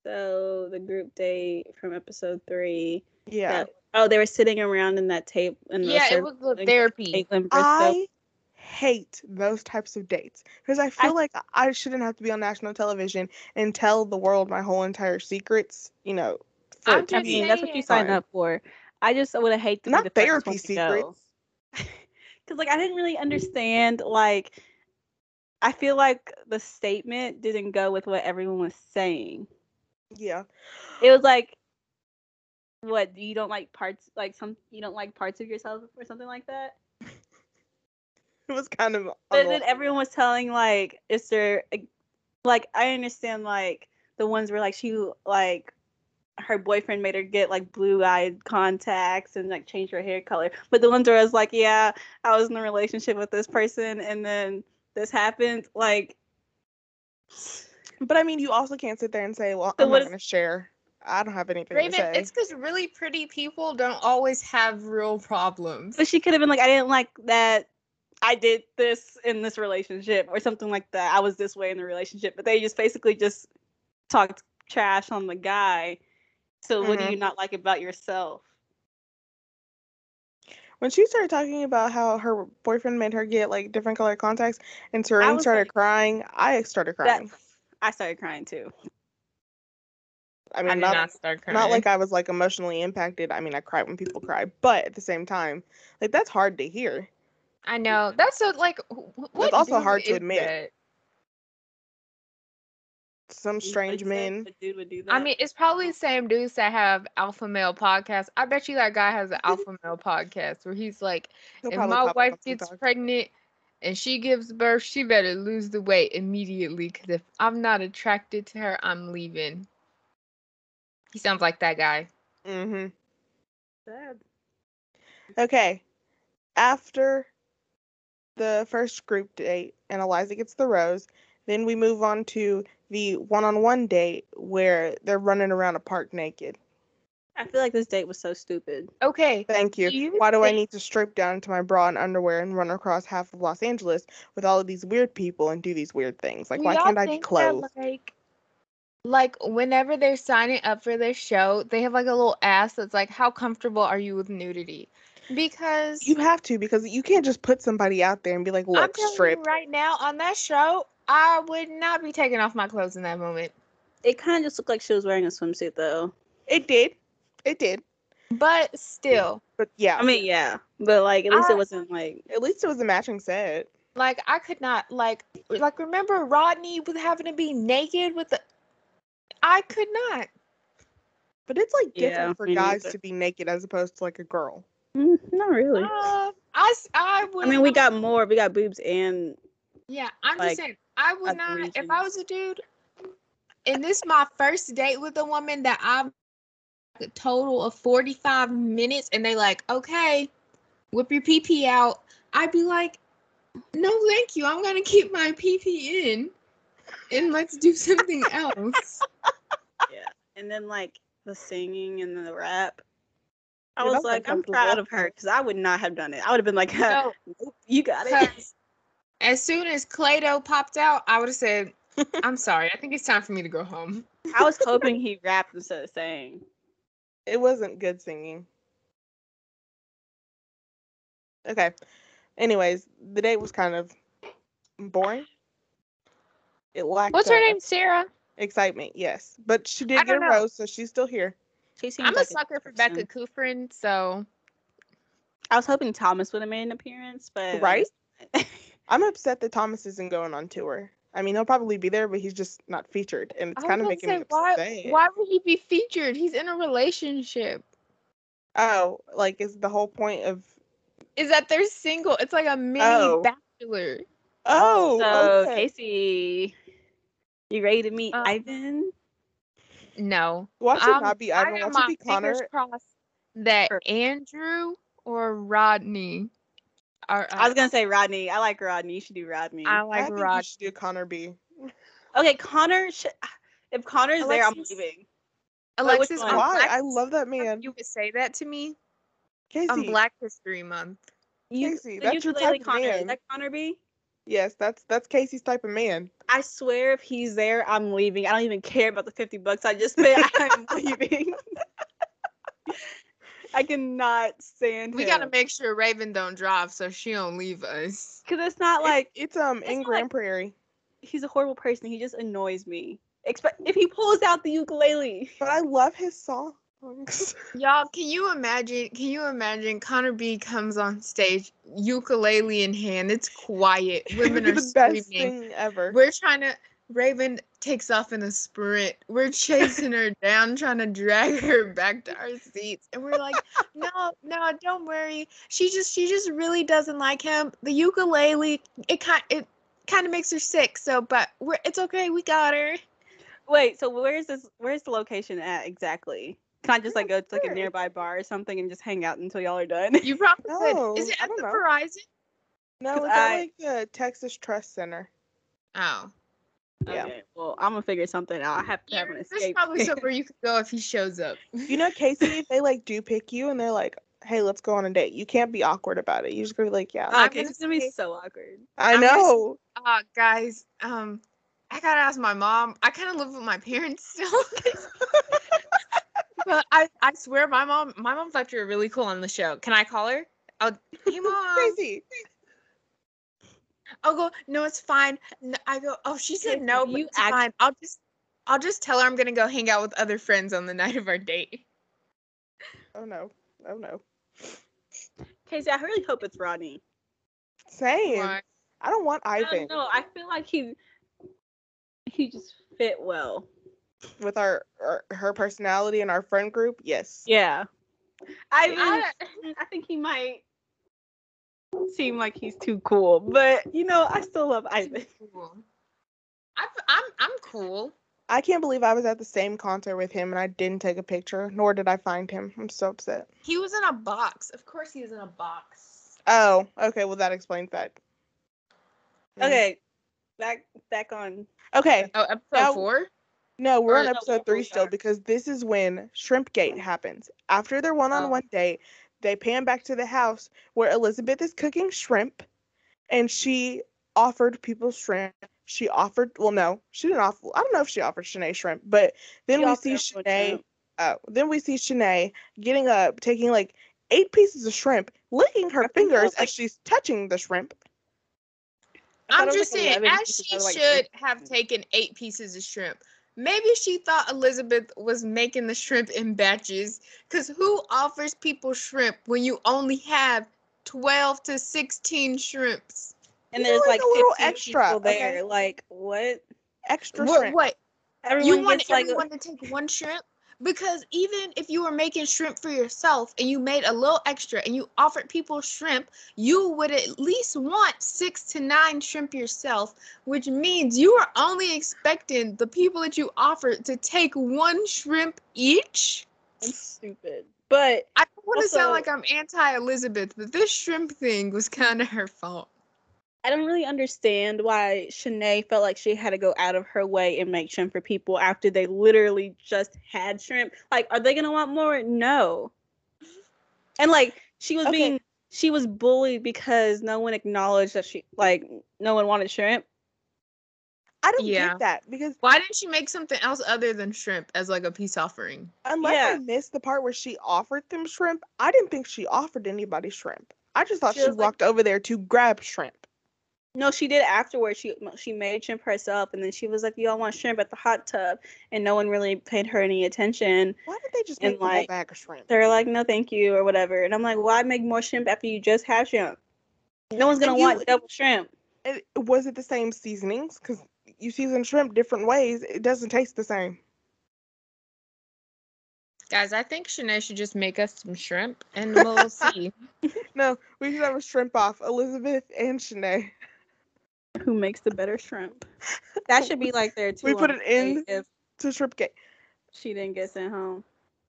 [SPEAKER 1] So the group date from episode three.
[SPEAKER 3] Yeah.
[SPEAKER 1] That- Oh, they were sitting around in that table. And
[SPEAKER 2] Yeah, it was the therapy.
[SPEAKER 1] Caitlin Bristow.
[SPEAKER 3] I hate those types of dates because I feel
[SPEAKER 1] I-
[SPEAKER 3] like I shouldn't have to be on national television and tell the world my whole entire secrets. You know, for
[SPEAKER 2] I'm
[SPEAKER 3] it to
[SPEAKER 1] I
[SPEAKER 2] just
[SPEAKER 3] be-
[SPEAKER 1] mean, that's what you signed
[SPEAKER 2] saying.
[SPEAKER 3] Sorry.
[SPEAKER 1] up for. I just would have hated to
[SPEAKER 3] Not
[SPEAKER 1] be the first one
[SPEAKER 3] therapy
[SPEAKER 1] to go. [laughs]
[SPEAKER 3] secrets.
[SPEAKER 1] Because like I didn't really understand. Like I feel like the statement didn't go with what everyone was saying.
[SPEAKER 3] yeah.
[SPEAKER 1] It was like, what you don't like parts like some you don't like parts of yourself or something like that.
[SPEAKER 3] It was kind of.
[SPEAKER 1] But then everyone was telling like, is there a- like I understand like the ones where like she like her boyfriend made her get like blue eyed contacts and like change her hair color. But the ones where I was like, yeah, I was in a relationship with this person and then this happened. Like,
[SPEAKER 3] but I mean, you also can't sit there and say, "Well,
[SPEAKER 1] So
[SPEAKER 3] I'm
[SPEAKER 1] what
[SPEAKER 3] not
[SPEAKER 1] is-
[SPEAKER 3] going to share. I don't have anything to
[SPEAKER 2] Raven,
[SPEAKER 3] say."
[SPEAKER 2] it's because really pretty people don't always have real problems.
[SPEAKER 1] but she could have been like, I didn't like that. I did this in this relationship or something like that. I was this way in the relationship, but they just basically just talked trash on the guy. So what do
[SPEAKER 3] Mhm.
[SPEAKER 1] you not like about yourself?
[SPEAKER 3] when she started talking about how her boyfriend made her get like different color contacts, and Serene
[SPEAKER 1] was
[SPEAKER 3] started
[SPEAKER 1] like-
[SPEAKER 3] crying, I started crying.
[SPEAKER 1] That I started crying too.
[SPEAKER 3] I
[SPEAKER 2] I
[SPEAKER 3] mean,
[SPEAKER 2] did
[SPEAKER 3] not,
[SPEAKER 2] not, start crying.
[SPEAKER 3] not like I was like emotionally impacted. I mean, I cry when people cry, but at the same time, like that's hard to hear.
[SPEAKER 2] I know. That's so like. wh- wh- What
[SPEAKER 3] also
[SPEAKER 2] dude
[SPEAKER 3] hard to
[SPEAKER 2] is
[SPEAKER 3] admit.
[SPEAKER 2] that?
[SPEAKER 3] Some strange
[SPEAKER 1] Like,
[SPEAKER 3] men.
[SPEAKER 1] a dude would do that.
[SPEAKER 2] I mean, it's probably the same dudes that have alpha male podcasts. I bet you that guy has an alpha male podcast where he's like,
[SPEAKER 3] they'll
[SPEAKER 2] if
[SPEAKER 3] probably
[SPEAKER 2] my
[SPEAKER 3] pop up
[SPEAKER 2] wife
[SPEAKER 3] on
[SPEAKER 2] gets
[SPEAKER 3] TikTok.
[SPEAKER 2] pregnant and she gives birth, she better lose the weight immediately. Cause if I'm not attracted to her, I'm leaving. He sounds like that guy.
[SPEAKER 3] Mhm.
[SPEAKER 1] Sad.
[SPEAKER 3] Okay. After the first group date and Eliza gets the rose, then we move on to the one-on-one date where they're running around a park naked.
[SPEAKER 1] I feel like this date was so stupid.
[SPEAKER 2] Okay.
[SPEAKER 3] Thank you.
[SPEAKER 2] Do you
[SPEAKER 3] Why do I
[SPEAKER 2] think-
[SPEAKER 3] need to strip down to my bra and underwear and run across half of Los Angeles with all of these weird people and do these weird things? Like,
[SPEAKER 2] do
[SPEAKER 3] why
[SPEAKER 2] y'all
[SPEAKER 3] can't I be
[SPEAKER 2] think that,
[SPEAKER 3] clothed?
[SPEAKER 2] Like, like whenever they're signing up for their show, they have like a little ask that's like, how comfortable are you with nudity? Because
[SPEAKER 3] You have to because you can't just put somebody out there and be like,
[SPEAKER 2] I'm
[SPEAKER 3] look,
[SPEAKER 2] telling
[SPEAKER 3] strip.
[SPEAKER 2] you right now on that show, I would not be taking off my clothes in that moment.
[SPEAKER 1] It kind of just looked like she was wearing a swimsuit, though.
[SPEAKER 3] It did. It did.
[SPEAKER 2] But still,
[SPEAKER 3] But yeah,
[SPEAKER 1] I mean, yeah, but like at least
[SPEAKER 2] I-
[SPEAKER 1] it wasn't like
[SPEAKER 3] at least it was a matching set.
[SPEAKER 2] like I could not like like remember Rodney with having to be naked with the I could not.
[SPEAKER 3] But it's like different
[SPEAKER 1] Yeah,
[SPEAKER 3] for
[SPEAKER 1] me
[SPEAKER 3] guys
[SPEAKER 1] neither.
[SPEAKER 3] to be naked as opposed to like a girl.
[SPEAKER 1] mm, not really.
[SPEAKER 2] Uh, I s- I would
[SPEAKER 1] I mean, we got more. We got boobs and
[SPEAKER 2] Yeah, I'm
[SPEAKER 1] like,
[SPEAKER 2] just saying I would
[SPEAKER 1] other
[SPEAKER 2] not if
[SPEAKER 1] regions.
[SPEAKER 2] I was a dude and this my first date with a woman that I'm a total of 45 minutes and they like, "Okay, whip your PP out." I'd be like, "No, thank you. I'm going to keep my PP in and let's
[SPEAKER 1] [laughs]
[SPEAKER 2] do something else."
[SPEAKER 1] and then like the singing and the rap. I
[SPEAKER 3] Yeah,
[SPEAKER 1] was
[SPEAKER 3] that's
[SPEAKER 1] like, I'm
[SPEAKER 3] uncomfortable.
[SPEAKER 1] proud of her because I would not have done it. I would have been like, [laughs]
[SPEAKER 2] So,
[SPEAKER 1] "Nope, you got it.
[SPEAKER 3] [laughs]
[SPEAKER 2] Because as soon as Clado popped out, I would have said,
[SPEAKER 3] [laughs]
[SPEAKER 2] I'm sorry, I think it's time for me to go home.
[SPEAKER 1] [laughs] I was hoping he rapped instead of saying.
[SPEAKER 3] It wasn't good singing. Okay. Anyways, the date was kind of boring. It lacked
[SPEAKER 2] What's her
[SPEAKER 3] uh,
[SPEAKER 2] name? Sarah?
[SPEAKER 3] Excitement, yes. But she
[SPEAKER 2] I
[SPEAKER 3] did get a
[SPEAKER 2] don't know.
[SPEAKER 3] rose, so she's still here.
[SPEAKER 1] She seems
[SPEAKER 2] I'm a
[SPEAKER 1] like
[SPEAKER 2] sucker for
[SPEAKER 1] person.
[SPEAKER 2] Becca Kufrin, so
[SPEAKER 1] I was hoping Thomas would have made an appearance, but I [laughs]
[SPEAKER 3] Right?
[SPEAKER 1] guess
[SPEAKER 3] I'm upset that Thomas isn't going on tour. I mean, he'll probably be there, but he's just not featured, and it's
[SPEAKER 2] I was
[SPEAKER 3] kind of
[SPEAKER 2] gonna
[SPEAKER 3] making
[SPEAKER 2] say,
[SPEAKER 3] me
[SPEAKER 2] why-
[SPEAKER 3] upset.
[SPEAKER 2] why would he be featured? He's in a relationship.
[SPEAKER 3] Oh, like is the whole point of
[SPEAKER 2] Is that they're single? It's like a mini
[SPEAKER 3] Oh.
[SPEAKER 2] bachelor.
[SPEAKER 3] Oh,
[SPEAKER 1] so
[SPEAKER 3] okay.
[SPEAKER 1] Casey, you ready to meet
[SPEAKER 2] Um,
[SPEAKER 1] Ivan?
[SPEAKER 2] No.
[SPEAKER 3] Watch it
[SPEAKER 2] I'm-
[SPEAKER 3] not be
[SPEAKER 2] I
[SPEAKER 3] Ivan.
[SPEAKER 2] got
[SPEAKER 3] Watch it
[SPEAKER 2] my
[SPEAKER 3] be Connor.
[SPEAKER 2] fingers crossed that
[SPEAKER 1] Sure.
[SPEAKER 2] Andrew or Rodney are.
[SPEAKER 1] I was gonna say Rodney. I like Rodney. You should do Rodney.
[SPEAKER 2] uh, I
[SPEAKER 3] I
[SPEAKER 2] like
[SPEAKER 3] think you
[SPEAKER 2] Rodney.
[SPEAKER 3] should do Connor B.
[SPEAKER 1] okay, Connor. Sh- if Connor's there, I'm
[SPEAKER 2] Alexis-
[SPEAKER 1] leaving. Wait, which
[SPEAKER 2] Alexis,
[SPEAKER 1] one?
[SPEAKER 2] on
[SPEAKER 3] Why?
[SPEAKER 2] Black
[SPEAKER 3] I
[SPEAKER 2] History
[SPEAKER 3] love that
[SPEAKER 2] Month,
[SPEAKER 3] man.
[SPEAKER 2] You would say that to me
[SPEAKER 3] Casey.
[SPEAKER 2] on Black History Month.
[SPEAKER 1] You,
[SPEAKER 3] Casey,
[SPEAKER 1] the
[SPEAKER 3] that's your
[SPEAKER 1] ukulele
[SPEAKER 3] type of
[SPEAKER 1] Connor. Is
[SPEAKER 3] man.
[SPEAKER 1] that Connor B?
[SPEAKER 3] Yes, that's that's Casey's type of man.
[SPEAKER 1] I swear, if he's there, I'm leaving. I don't even care about the fifty bucks I just paid. [laughs] I'm leaving. I cannot stand
[SPEAKER 2] We
[SPEAKER 1] him.
[SPEAKER 2] gotta make sure Raven don't drive so she don't leave us.
[SPEAKER 1] because it's not like
[SPEAKER 3] it's um
[SPEAKER 1] it's
[SPEAKER 3] in
[SPEAKER 1] not
[SPEAKER 3] Grand
[SPEAKER 1] like-
[SPEAKER 3] Prairie.
[SPEAKER 1] he's a horrible person. He just annoys me. Except if he pulls out the ukulele.
[SPEAKER 3] But I love his [laughs] songs.
[SPEAKER 2] Y'all, can you imagine? Can you imagine Connor B comes on stage, ukulele in hand. It's quiet. [laughs] Women
[SPEAKER 3] It'd
[SPEAKER 2] are
[SPEAKER 3] be the best
[SPEAKER 2] screaming.
[SPEAKER 3] thing ever.
[SPEAKER 2] We're trying to. Raven takes off in a sprint. We're chasing [laughs] her down, trying to drag her back to our seats, and we're like, "No, no, don't worry. She just, she just really doesn't like him. The ukulele, it kind, it kind of makes her sick. So, but we're, it's okay. We got her.
[SPEAKER 1] Wait, so where's this? Where's the location at exactly? Can I just like go to like a
[SPEAKER 3] sure.
[SPEAKER 1] nearby bar or something and just hang out until y'all are done? [laughs]
[SPEAKER 2] You probably
[SPEAKER 3] No,
[SPEAKER 2] could. Is it
[SPEAKER 3] I
[SPEAKER 2] at
[SPEAKER 3] don't
[SPEAKER 2] the
[SPEAKER 3] know.
[SPEAKER 2] Verizon?
[SPEAKER 3] no,
[SPEAKER 1] Cause
[SPEAKER 3] it's at
[SPEAKER 1] I-
[SPEAKER 3] like the Texas Trust Center.
[SPEAKER 2] Oh,
[SPEAKER 3] Yeah.
[SPEAKER 1] Okay, well, I'm gonna figure something out. I have to have an
[SPEAKER 2] There's
[SPEAKER 1] escape. [laughs]
[SPEAKER 2] probably somewhere you could go if he shows
[SPEAKER 3] [laughs]
[SPEAKER 2] up.
[SPEAKER 3] You know, Casey, if they like do pick you and they're like, "Hey, let's go on a date," you can't be awkward about it. You just gotta be like, "Yeah,
[SPEAKER 1] Oh,
[SPEAKER 2] I'm
[SPEAKER 1] okay,
[SPEAKER 2] gonna
[SPEAKER 1] this is gonna be
[SPEAKER 2] say-
[SPEAKER 1] so awkward.
[SPEAKER 3] I
[SPEAKER 2] I'm gonna s-
[SPEAKER 3] know."
[SPEAKER 2] Uh, guys, um, I gotta ask my mom. I kind of live with my parents still, [laughs] but I, I swear my mom, my mom thought you were really cool on the show. Can I call her?
[SPEAKER 3] [laughs]
[SPEAKER 2] I'll, hey mom.
[SPEAKER 3] Casey,
[SPEAKER 2] I'll go. No, it's fine. N- I go. Oh, she said
[SPEAKER 1] Casey,
[SPEAKER 2] no,
[SPEAKER 1] do
[SPEAKER 2] but
[SPEAKER 1] you
[SPEAKER 2] it's
[SPEAKER 1] act-
[SPEAKER 2] fine. I'll just, I'll just tell her I'm gonna go hang out with other friends on the [laughs] night of our date.
[SPEAKER 3] oh no, oh no,
[SPEAKER 1] Casey, I really hope it's Rodney.
[SPEAKER 3] same.
[SPEAKER 2] Why?
[SPEAKER 3] I don't want
[SPEAKER 1] I
[SPEAKER 3] Ivan
[SPEAKER 1] don't know. I feel like he he just fit well.
[SPEAKER 3] with our, our her personality and our friend group. Yes,
[SPEAKER 1] Yeah, I
[SPEAKER 2] I-
[SPEAKER 1] mean, I think he might seem like he's too cool, but you know, I still love Ivan.
[SPEAKER 2] Cool. I, am I'm cool.
[SPEAKER 3] I can't believe I was at the same concert with him and I didn't take a picture, nor did I find him. I'm so upset.
[SPEAKER 2] He was in a box. Of course, he was in a box.
[SPEAKER 3] Oh, okay. Well, that explains that. Mm.
[SPEAKER 1] Okay, back back on.
[SPEAKER 3] Okay.
[SPEAKER 2] Oh, episode
[SPEAKER 3] Now-
[SPEAKER 2] four.
[SPEAKER 3] No, we're
[SPEAKER 1] Or
[SPEAKER 3] on
[SPEAKER 1] is that
[SPEAKER 3] episode
[SPEAKER 1] what
[SPEAKER 3] three
[SPEAKER 1] we
[SPEAKER 3] still
[SPEAKER 1] are?
[SPEAKER 3] because this is when Shrimpgate happens. After their one on
[SPEAKER 1] Oh.
[SPEAKER 3] one date, they pan back to the house where Elizabeth is cooking shrimp and she offered people shrimp. She offered, well, no, she didn't offer, I don't know if she offered Shanae shrimp, but then
[SPEAKER 1] She
[SPEAKER 3] we
[SPEAKER 1] offered
[SPEAKER 3] see
[SPEAKER 1] everyone
[SPEAKER 3] Shanae,
[SPEAKER 1] shrimp.
[SPEAKER 3] oh, then we see Shanae getting up, taking like eight pieces of shrimp, licking her fingers
[SPEAKER 1] like-
[SPEAKER 3] as she's touching the shrimp.
[SPEAKER 1] I thought it
[SPEAKER 2] I'm
[SPEAKER 1] was
[SPEAKER 2] just
[SPEAKER 1] like
[SPEAKER 2] saying,
[SPEAKER 1] 11
[SPEAKER 2] as
[SPEAKER 1] pieces
[SPEAKER 2] she
[SPEAKER 1] out of, like,
[SPEAKER 2] should
[SPEAKER 1] 50.
[SPEAKER 2] have taken eight pieces of shrimp. Maybe she thought Elizabeth was making the shrimp in batches, because who offers people shrimp when you only have 12 to 16 shrimps?
[SPEAKER 1] And
[SPEAKER 3] You
[SPEAKER 1] there's
[SPEAKER 3] want
[SPEAKER 1] like
[SPEAKER 3] a little
[SPEAKER 1] 15
[SPEAKER 3] extra,
[SPEAKER 1] people
[SPEAKER 3] okay?
[SPEAKER 1] there. Like what?
[SPEAKER 3] Extra
[SPEAKER 2] What?
[SPEAKER 3] shrimp.
[SPEAKER 2] what?
[SPEAKER 1] Everyone
[SPEAKER 2] You want
[SPEAKER 1] gets like a-
[SPEAKER 2] everyone to take one shrimp? Because even if you were making shrimp for yourself and you made a little extra and you offered people shrimp, you would at least want six to nine shrimp yourself, which means you are only expecting the people that you offered to take one shrimp each.
[SPEAKER 1] I'm stupid. But
[SPEAKER 2] I don't want to sound
[SPEAKER 1] Also-
[SPEAKER 2] like I'm anti Elizabeth, but this shrimp thing was kind of her fault.
[SPEAKER 1] I don't really understand why Shanae felt like she had to go out of her way and make shrimp for people after they literally just had shrimp. Like, are they gonna want more? No. And like she was
[SPEAKER 3] Okay.
[SPEAKER 1] being she was bullied because no one acknowledged that she like no one wanted shrimp.
[SPEAKER 3] I don't
[SPEAKER 2] Yeah.
[SPEAKER 3] get that because
[SPEAKER 2] Why didn't she make something else other than shrimp as like a peace offering?
[SPEAKER 3] Unless I
[SPEAKER 1] Yeah.
[SPEAKER 3] missed the part where she offered them shrimp, I didn't think she offered anybody shrimp. I just thought
[SPEAKER 1] She
[SPEAKER 3] she,
[SPEAKER 1] was like-
[SPEAKER 3] walked over there to grab shrimp.
[SPEAKER 1] No, she did afterwards. She she made shrimp herself, and then she was like, "You all want shrimp at the hot tub," and no one really paid her any attention.
[SPEAKER 3] Why did they just
[SPEAKER 1] And,
[SPEAKER 3] make the whole
[SPEAKER 1] like,
[SPEAKER 3] bag of shrimp?
[SPEAKER 1] They're like, "No, thank you," or whatever. And I'm like, "Why make more shrimp after you just had shrimp? No one's gonna
[SPEAKER 3] And you-
[SPEAKER 1] want double shrimp."
[SPEAKER 3] And was it the same seasonings? Because you season shrimp different ways, it doesn't taste the same.
[SPEAKER 2] Guys, I think Shanae should just make us some shrimp [laughs] and we'll see.
[SPEAKER 3] No, we should have a shrimp off, Elizabeth and Shanae.
[SPEAKER 1] who makes the better shrimp. That should be like there too.
[SPEAKER 3] We put an end.
[SPEAKER 1] if
[SPEAKER 3] to shrimp cake.
[SPEAKER 1] she didn't get sent home.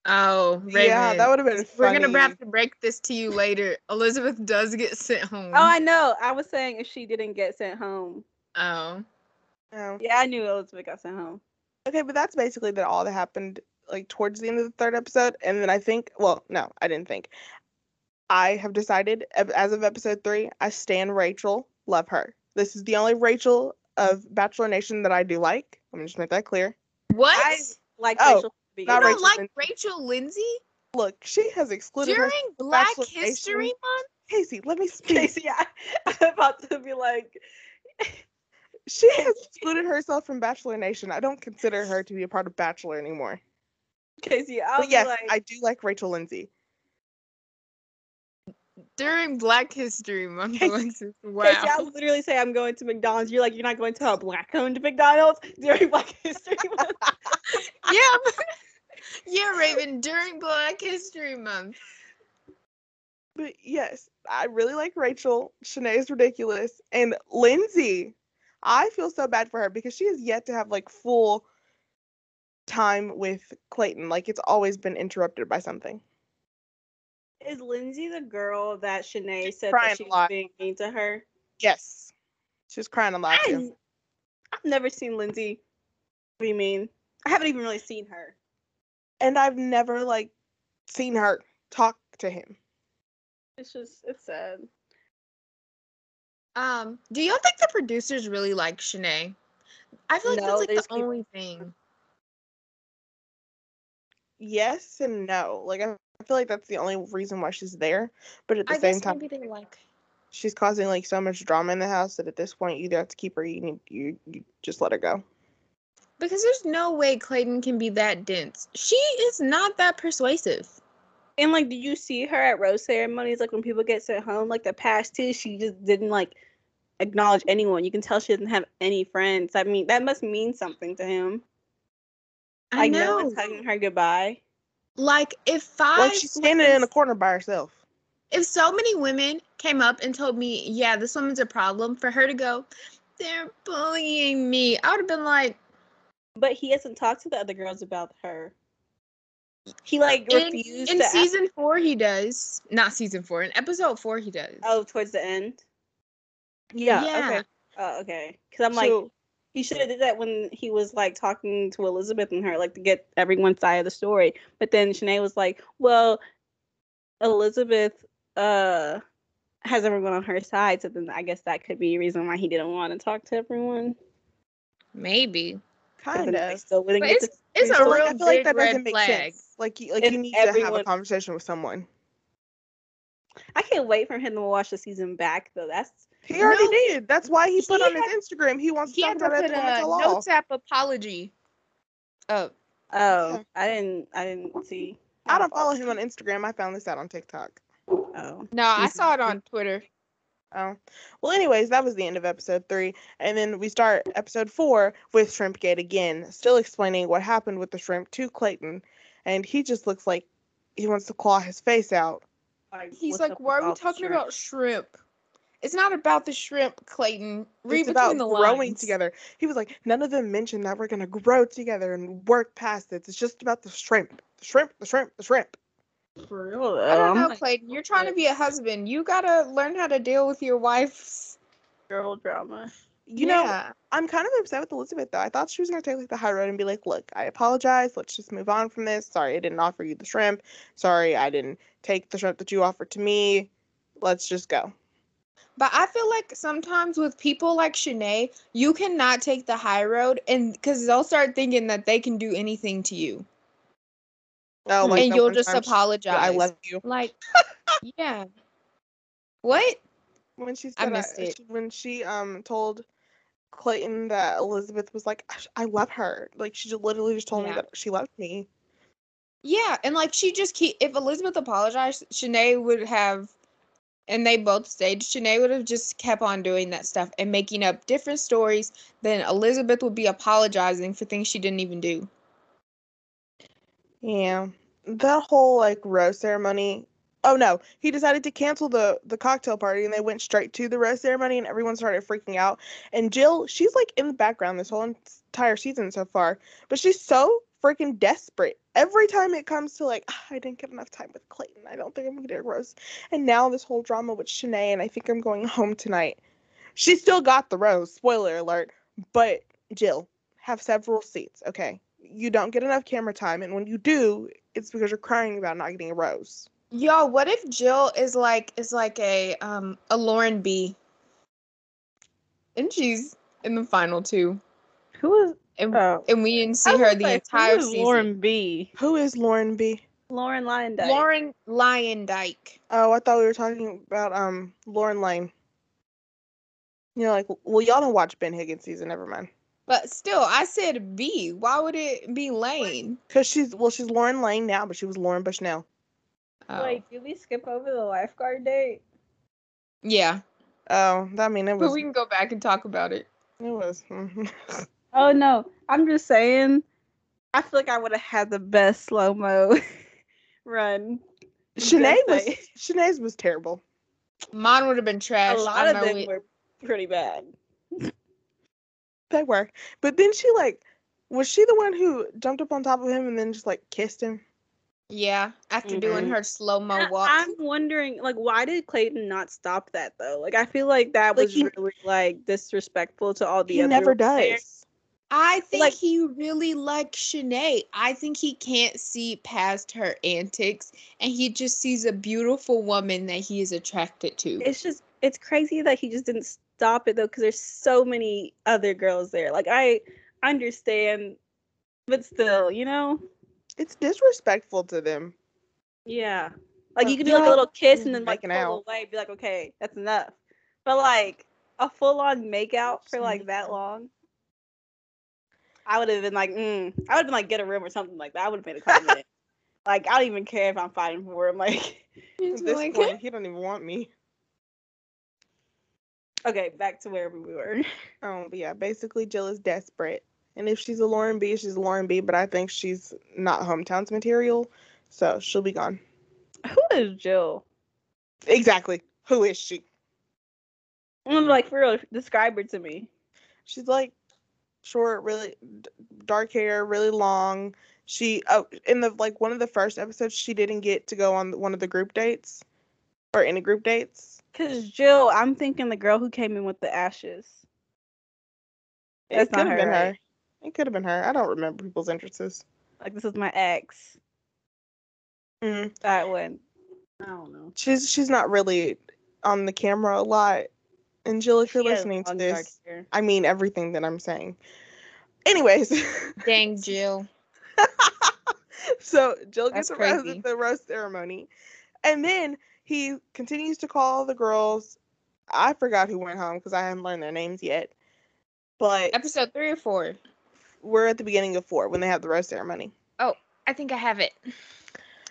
[SPEAKER 2] Oh, Raven.
[SPEAKER 3] Yeah, that would have been.
[SPEAKER 2] We're gonna
[SPEAKER 3] funny.
[SPEAKER 2] have to break this to you later. Elizabeth does get sent home.
[SPEAKER 1] Oh, I know. I was saying if she didn't get sent home.
[SPEAKER 2] oh.
[SPEAKER 3] No.
[SPEAKER 1] Yeah, I knew Elizabeth got sent home.
[SPEAKER 3] Okay, but that's basically that all that happened like towards the end of the third episode, and then I think, well, no, I didn't think. I have decided ep- as of episode three, I stand Rachel, love her. This is the only Rachel of Bachelor Nation that I do like. Let me just make that clear.
[SPEAKER 2] What?
[SPEAKER 1] I- Like
[SPEAKER 3] Oh,
[SPEAKER 1] Rachel. Be
[SPEAKER 2] you
[SPEAKER 3] not
[SPEAKER 2] don't
[SPEAKER 3] Rachel
[SPEAKER 2] like
[SPEAKER 3] Lindsay.
[SPEAKER 2] Rachel Lindsay
[SPEAKER 3] Look, she has excluded
[SPEAKER 2] during
[SPEAKER 3] her.
[SPEAKER 2] Black
[SPEAKER 3] Bachelor Nation.
[SPEAKER 2] History Month?
[SPEAKER 3] Casey, let me speak.
[SPEAKER 1] Casey, I, [laughs] I'm about to be like,
[SPEAKER 3] She has excluded herself from Bachelor Nation. I don't consider her to be a part of Bachelor anymore.
[SPEAKER 1] Casey, I was
[SPEAKER 3] But yes,
[SPEAKER 1] like,
[SPEAKER 3] I do like Rachel Lindsay.
[SPEAKER 2] During Black History
[SPEAKER 3] [laughs]
[SPEAKER 2] Month,
[SPEAKER 1] Casey-
[SPEAKER 2] Alexis.
[SPEAKER 1] Casey,
[SPEAKER 2] Wow.
[SPEAKER 1] I literally say I'm going to McDonald's. You're like, you're not going to a black owned McDonald's [laughs] during Black [laughs] History Month.
[SPEAKER 2] [laughs] yeah. but- yeah, Raven, during Black History Month.
[SPEAKER 3] But yes, I really like Rachel. Shanae is ridiculous. And Lindsay, I feel so bad for her because she has yet to have like full time with Clayton. Like it's always been interrupted by something.
[SPEAKER 1] Is Lindsay the girl that Shanae said
[SPEAKER 3] crying
[SPEAKER 1] that
[SPEAKER 3] a
[SPEAKER 1] she was
[SPEAKER 3] lot.
[SPEAKER 1] being mean to her?
[SPEAKER 3] Yes. She was crying a lot too.
[SPEAKER 1] I, I've never seen Lindsay be mean. I haven't even really seen her.
[SPEAKER 3] And I've never like seen her talk to him.
[SPEAKER 1] It's just, it's sad.
[SPEAKER 2] Um, do y'all think the producers really like Shanae? I feel like
[SPEAKER 1] No, they
[SPEAKER 2] that's like
[SPEAKER 1] just
[SPEAKER 2] the
[SPEAKER 1] keep-
[SPEAKER 2] only thing.
[SPEAKER 3] Yes and no. Like I I feel like that's the only reason why she's there. But at the
[SPEAKER 2] I
[SPEAKER 3] same
[SPEAKER 2] guess
[SPEAKER 3] time,
[SPEAKER 2] maybe they like.
[SPEAKER 3] she's causing like so much drama in the house that at this point you either have to keep her, or you need you, you just let her go.
[SPEAKER 2] Because there's no way Clayton can be that dense. She is not that persuasive.
[SPEAKER 1] And like, do you see her at rose ceremonies? Like when people get sent home, like the past two, she just didn't like acknowledge anyone. You can tell she doesn't have any friends. I mean, that must mean something to him.
[SPEAKER 2] I
[SPEAKER 1] Like no
[SPEAKER 2] know.
[SPEAKER 1] one's hugging her goodbye.
[SPEAKER 2] like if five,
[SPEAKER 3] Like she's standing in a
[SPEAKER 2] women's-
[SPEAKER 3] corner by herself.
[SPEAKER 2] if so many women came up and told me, "Yeah, this woman's a problem," for her to go, "They're bullying me," I would have been like,
[SPEAKER 1] But he hasn't talked to the other girls about her. He like
[SPEAKER 2] in,
[SPEAKER 1] refused
[SPEAKER 2] in
[SPEAKER 1] to ask-
[SPEAKER 2] season four he does, not season four, in episode four he does.
[SPEAKER 1] oh, towards the end.
[SPEAKER 3] Yeah.
[SPEAKER 1] Okay. Oh, okay. Because I'm like,
[SPEAKER 3] so
[SPEAKER 1] he should have did that when he was like talking to Elizabeth and her, like to get everyone's side of the story. But then Shanae was like, "Well, Elizabeth uh has everyone on her side, so then I guess that could be a reason why he didn't want to talk to everyone."
[SPEAKER 2] maybe.
[SPEAKER 1] But
[SPEAKER 3] kind
[SPEAKER 1] then they
[SPEAKER 3] of.
[SPEAKER 1] still wouldn't
[SPEAKER 2] But
[SPEAKER 1] get
[SPEAKER 2] it's it's
[SPEAKER 1] But
[SPEAKER 2] a
[SPEAKER 3] So, like,
[SPEAKER 2] real
[SPEAKER 3] I feel like
[SPEAKER 2] big
[SPEAKER 3] that doesn't
[SPEAKER 2] red
[SPEAKER 3] make
[SPEAKER 2] flag.
[SPEAKER 3] sense. Like, you, like
[SPEAKER 1] If
[SPEAKER 3] you need to have
[SPEAKER 1] everyone-
[SPEAKER 3] a conversation with someone.
[SPEAKER 1] to- I can't wait for him to watch the season back though. That's
[SPEAKER 3] He already
[SPEAKER 2] No.
[SPEAKER 3] did. That's why he put
[SPEAKER 2] He
[SPEAKER 3] on his Instagram. He wants to
[SPEAKER 2] He
[SPEAKER 3] talk
[SPEAKER 2] had to
[SPEAKER 3] about it
[SPEAKER 2] put
[SPEAKER 3] at the
[SPEAKER 2] a
[SPEAKER 3] Women's Law.
[SPEAKER 2] no tap apology. Oh,
[SPEAKER 1] oh,
[SPEAKER 3] Okay.
[SPEAKER 1] I didn't I didn't see.
[SPEAKER 3] I don't follow him on Instagram. I found this out on TikTok.
[SPEAKER 1] Oh.
[SPEAKER 2] no, I saw it on Twitter.
[SPEAKER 3] Oh. Well, anyways, that was the end of episode three. And then we start episode four with Shrimpgate again, still explaining what happened with the shrimp to Clayton. And he just looks like he wants to claw his face out.
[SPEAKER 2] He's
[SPEAKER 1] what's up
[SPEAKER 2] like,
[SPEAKER 1] with
[SPEAKER 2] why are
[SPEAKER 1] all
[SPEAKER 2] we
[SPEAKER 1] the
[SPEAKER 2] talking
[SPEAKER 1] shrimp?"
[SPEAKER 2] about shrimp? It's not about the shrimp, Clayton. Read
[SPEAKER 3] it's
[SPEAKER 2] between
[SPEAKER 3] about
[SPEAKER 2] the
[SPEAKER 3] growing
[SPEAKER 2] lines.
[SPEAKER 3] together. He was like, none of them mentioned that we're gonna grow together and work past this. It's just about the shrimp, the shrimp, the shrimp, the shrimp.
[SPEAKER 1] For real
[SPEAKER 2] I
[SPEAKER 1] though,
[SPEAKER 2] don't
[SPEAKER 1] I'm
[SPEAKER 2] know,
[SPEAKER 1] like
[SPEAKER 2] Clayton. You're trying to be a husband. You gotta learn how to deal with your wife's.
[SPEAKER 1] girl drama.
[SPEAKER 3] You know,
[SPEAKER 2] Yeah.
[SPEAKER 3] I'm kind of upset with Elizabeth though. I thought she was gonna take like the high road and be like, look, I apologize. Let's just move on from this. Sorry, I didn't offer you the shrimp. Sorry, I didn't take the shrimp that you offered to me. Let's just go.
[SPEAKER 2] But I feel like sometimes with people like Shanae, you cannot take the high road, and because they'll start thinking that they can do anything to you,
[SPEAKER 3] Oh,
[SPEAKER 1] Hmm.
[SPEAKER 3] like
[SPEAKER 2] and
[SPEAKER 3] that
[SPEAKER 2] you'll
[SPEAKER 3] one
[SPEAKER 2] just
[SPEAKER 3] time she said,
[SPEAKER 2] apologize.
[SPEAKER 3] I love you.
[SPEAKER 2] [laughs] Like, yeah. What?
[SPEAKER 3] When she said uh,
[SPEAKER 2] I missed it.
[SPEAKER 3] she- when she um told Clayton that Elizabeth was like, "I- I love her. Like she just literally just told me
[SPEAKER 2] Yeah.
[SPEAKER 3] that she loved me.
[SPEAKER 2] Yeah, and like she just keep if Elizabeth apologized, Shanae would have and they both stayed, Shanae would have just kept on doing that stuff and making up different stories, then Elizabeth would be apologizing for things she didn't even do.
[SPEAKER 3] Yeah. That whole like rose ceremony Oh no, he decided to cancel the the cocktail party and they went straight to the rose ceremony and everyone started freaking out. And Jill, she's like in the background this whole entire season so far, but she's so freaking desperate. Every time it comes to like, "Ah, I didn't get enough time with Clayton. I don't think I'm gonna get a rose. And now this whole drama with Shanae and I think I'm going home tonight. She still got the rose. Spoiler alert. But Jill, have several seats, okay? You don't get enough camera time, and when you do, it's because you're crying about not getting a rose.
[SPEAKER 2] Y'all, what if Jill is like is like a um a Lauren B. And she's in the final two.
[SPEAKER 1] Who is
[SPEAKER 2] And,
[SPEAKER 1] oh,
[SPEAKER 2] and we
[SPEAKER 1] I
[SPEAKER 2] didn't see
[SPEAKER 1] was
[SPEAKER 2] her the
[SPEAKER 1] like, who
[SPEAKER 2] entire
[SPEAKER 1] is
[SPEAKER 2] season.
[SPEAKER 1] Lauren B.
[SPEAKER 3] Who is Lauren B?
[SPEAKER 1] Lauren Lyondike.
[SPEAKER 2] Lauren Lion Dyke.
[SPEAKER 3] Oh, I thought we were talking about um Lauren Lane. You know, like well, y'all don't watch Ben Higgins season. Never mind.
[SPEAKER 2] But still, I said B. Why would it be Lane?
[SPEAKER 3] Cause she's well, she's Lauren Lane now, but she was Lauren Bushnell.
[SPEAKER 2] Oh.
[SPEAKER 1] Wait, did we skip over the lifeguard date?
[SPEAKER 2] yeah.
[SPEAKER 3] Oh, that I mean it was
[SPEAKER 2] But we can go back and talk about it.
[SPEAKER 3] it was.
[SPEAKER 2] [laughs]
[SPEAKER 3] mhm.
[SPEAKER 1] Oh no, I'm just saying. I feel like I would have had the best slow mo [laughs] run.
[SPEAKER 3] Shanae
[SPEAKER 1] just
[SPEAKER 3] was
[SPEAKER 1] saying.
[SPEAKER 3] Shanae's was terrible.
[SPEAKER 2] Mine would have been
[SPEAKER 1] A
[SPEAKER 2] trash.
[SPEAKER 1] lot
[SPEAKER 2] I
[SPEAKER 1] of
[SPEAKER 2] know
[SPEAKER 1] them
[SPEAKER 2] it.
[SPEAKER 1] were pretty bad.
[SPEAKER 3] They were, but then she like was she the one who jumped up on top of him and then just like kissed him?
[SPEAKER 2] Yeah. After doing
[SPEAKER 1] Mhm.
[SPEAKER 2] her slow mo
[SPEAKER 1] I-
[SPEAKER 2] walk.
[SPEAKER 1] I'm wondering, like, why did Clayton not stop that though? Like, I feel like that
[SPEAKER 3] Like,
[SPEAKER 1] was
[SPEAKER 3] he-
[SPEAKER 1] really like disrespectful to all the
[SPEAKER 3] he
[SPEAKER 1] other.
[SPEAKER 3] never
[SPEAKER 1] women there.
[SPEAKER 3] does.
[SPEAKER 2] I think
[SPEAKER 1] Like-
[SPEAKER 2] he really likes Shanae. I think he can't see past her antics and he just sees a beautiful woman that he is attracted to.
[SPEAKER 1] It's just, it's crazy that he just didn't stop it though, because there's so many other girls there. Like, I understand, but still, you know,
[SPEAKER 3] It's disrespectful to them.
[SPEAKER 1] yeah. Like you
[SPEAKER 3] Like,
[SPEAKER 1] could do like a
[SPEAKER 3] yeah,
[SPEAKER 1] little kiss and then like
[SPEAKER 3] making
[SPEAKER 1] pull
[SPEAKER 3] out.
[SPEAKER 1] away, be like, okay, that's enough. But like a full on make out for
[SPEAKER 3] Just
[SPEAKER 1] like
[SPEAKER 3] make
[SPEAKER 1] that
[SPEAKER 3] out.
[SPEAKER 1] long. I would have been like, mm. I would have been like, get a room or something like that. I would have made a [laughs] comment. like, I don't even care if I'm fighting for him. Like, [laughs]
[SPEAKER 2] He's
[SPEAKER 3] At this
[SPEAKER 2] like,
[SPEAKER 3] point, he don't even want me.
[SPEAKER 1] okay, back to where we were.
[SPEAKER 3] Um, but yeah, basically Jill is desperate. And if she's a Lauren B, she's a Lauren B, but I think she's not hometown's material, so she'll be gone.
[SPEAKER 1] Who is Jill?
[SPEAKER 3] Exactly. Who is she?
[SPEAKER 1] I'm like, for real, describe her to me.
[SPEAKER 3] She's like short, really d- dark hair, really long. She oh, in the like one of the first episodes, she didn't get to go on one of the group dates or any group dates.
[SPEAKER 1] Cause Jill, I'm thinking the girl who came in with the ashes. That's
[SPEAKER 3] It
[SPEAKER 1] not
[SPEAKER 3] could have
[SPEAKER 1] her,
[SPEAKER 3] been
[SPEAKER 1] right?
[SPEAKER 3] her. It could have been her. I don't remember people's interests.
[SPEAKER 1] Like, this is my ex.
[SPEAKER 3] Mm.
[SPEAKER 1] That one. I don't know.
[SPEAKER 3] She's she's not really on the camera a lot. And Jill, if you're
[SPEAKER 1] She has
[SPEAKER 3] listening to
[SPEAKER 1] long dark
[SPEAKER 3] this,
[SPEAKER 1] hair.
[SPEAKER 3] I mean everything that I'm saying. Anyways, [laughs]
[SPEAKER 2] dang, Jill.
[SPEAKER 3] so Jill
[SPEAKER 2] That's
[SPEAKER 3] gets a rose
[SPEAKER 2] crazy.
[SPEAKER 3] at the rose ceremony, and then he continues to call the girls. I forgot who went home because I hadn't learned their names yet, but
[SPEAKER 2] Episode three or four.
[SPEAKER 3] we're at the beginning of four when they have the rose ceremony.
[SPEAKER 2] I think I have it.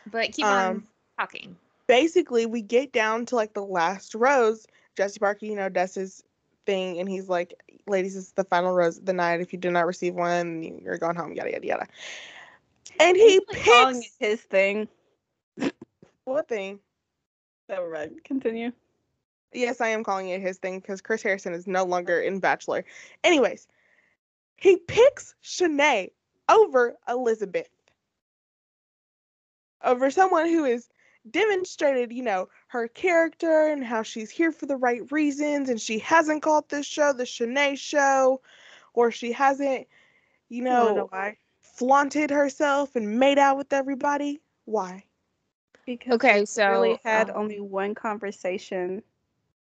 [SPEAKER 2] But keep on
[SPEAKER 3] Um,
[SPEAKER 2] talking.
[SPEAKER 3] basically we get down to like the last rose. Jesse Parker, you know, does his thing and he's like, ladies, this is the final rose of the night. If you do not receive one, you're going home, yada yada yada. And he
[SPEAKER 1] He's, like, calling
[SPEAKER 3] picks
[SPEAKER 1] it his thing.
[SPEAKER 3] what thing?
[SPEAKER 1] Never mind. Continue.
[SPEAKER 3] Yes, I am calling it his thing because Chris Harrison is no longer in Bachelor. Anyways, he picks Shanae over Elizabeth. Over someone who has demonstrated, you know, her character and how she's here for the right reasons and she hasn't called this show the Shanae show or she hasn't, you
[SPEAKER 1] You wanna
[SPEAKER 3] know,
[SPEAKER 1] why?
[SPEAKER 3] flaunted herself and made out with everybody. Why?
[SPEAKER 1] Because
[SPEAKER 2] Okay,
[SPEAKER 1] we
[SPEAKER 2] so
[SPEAKER 1] really had
[SPEAKER 2] um,
[SPEAKER 1] only one conversation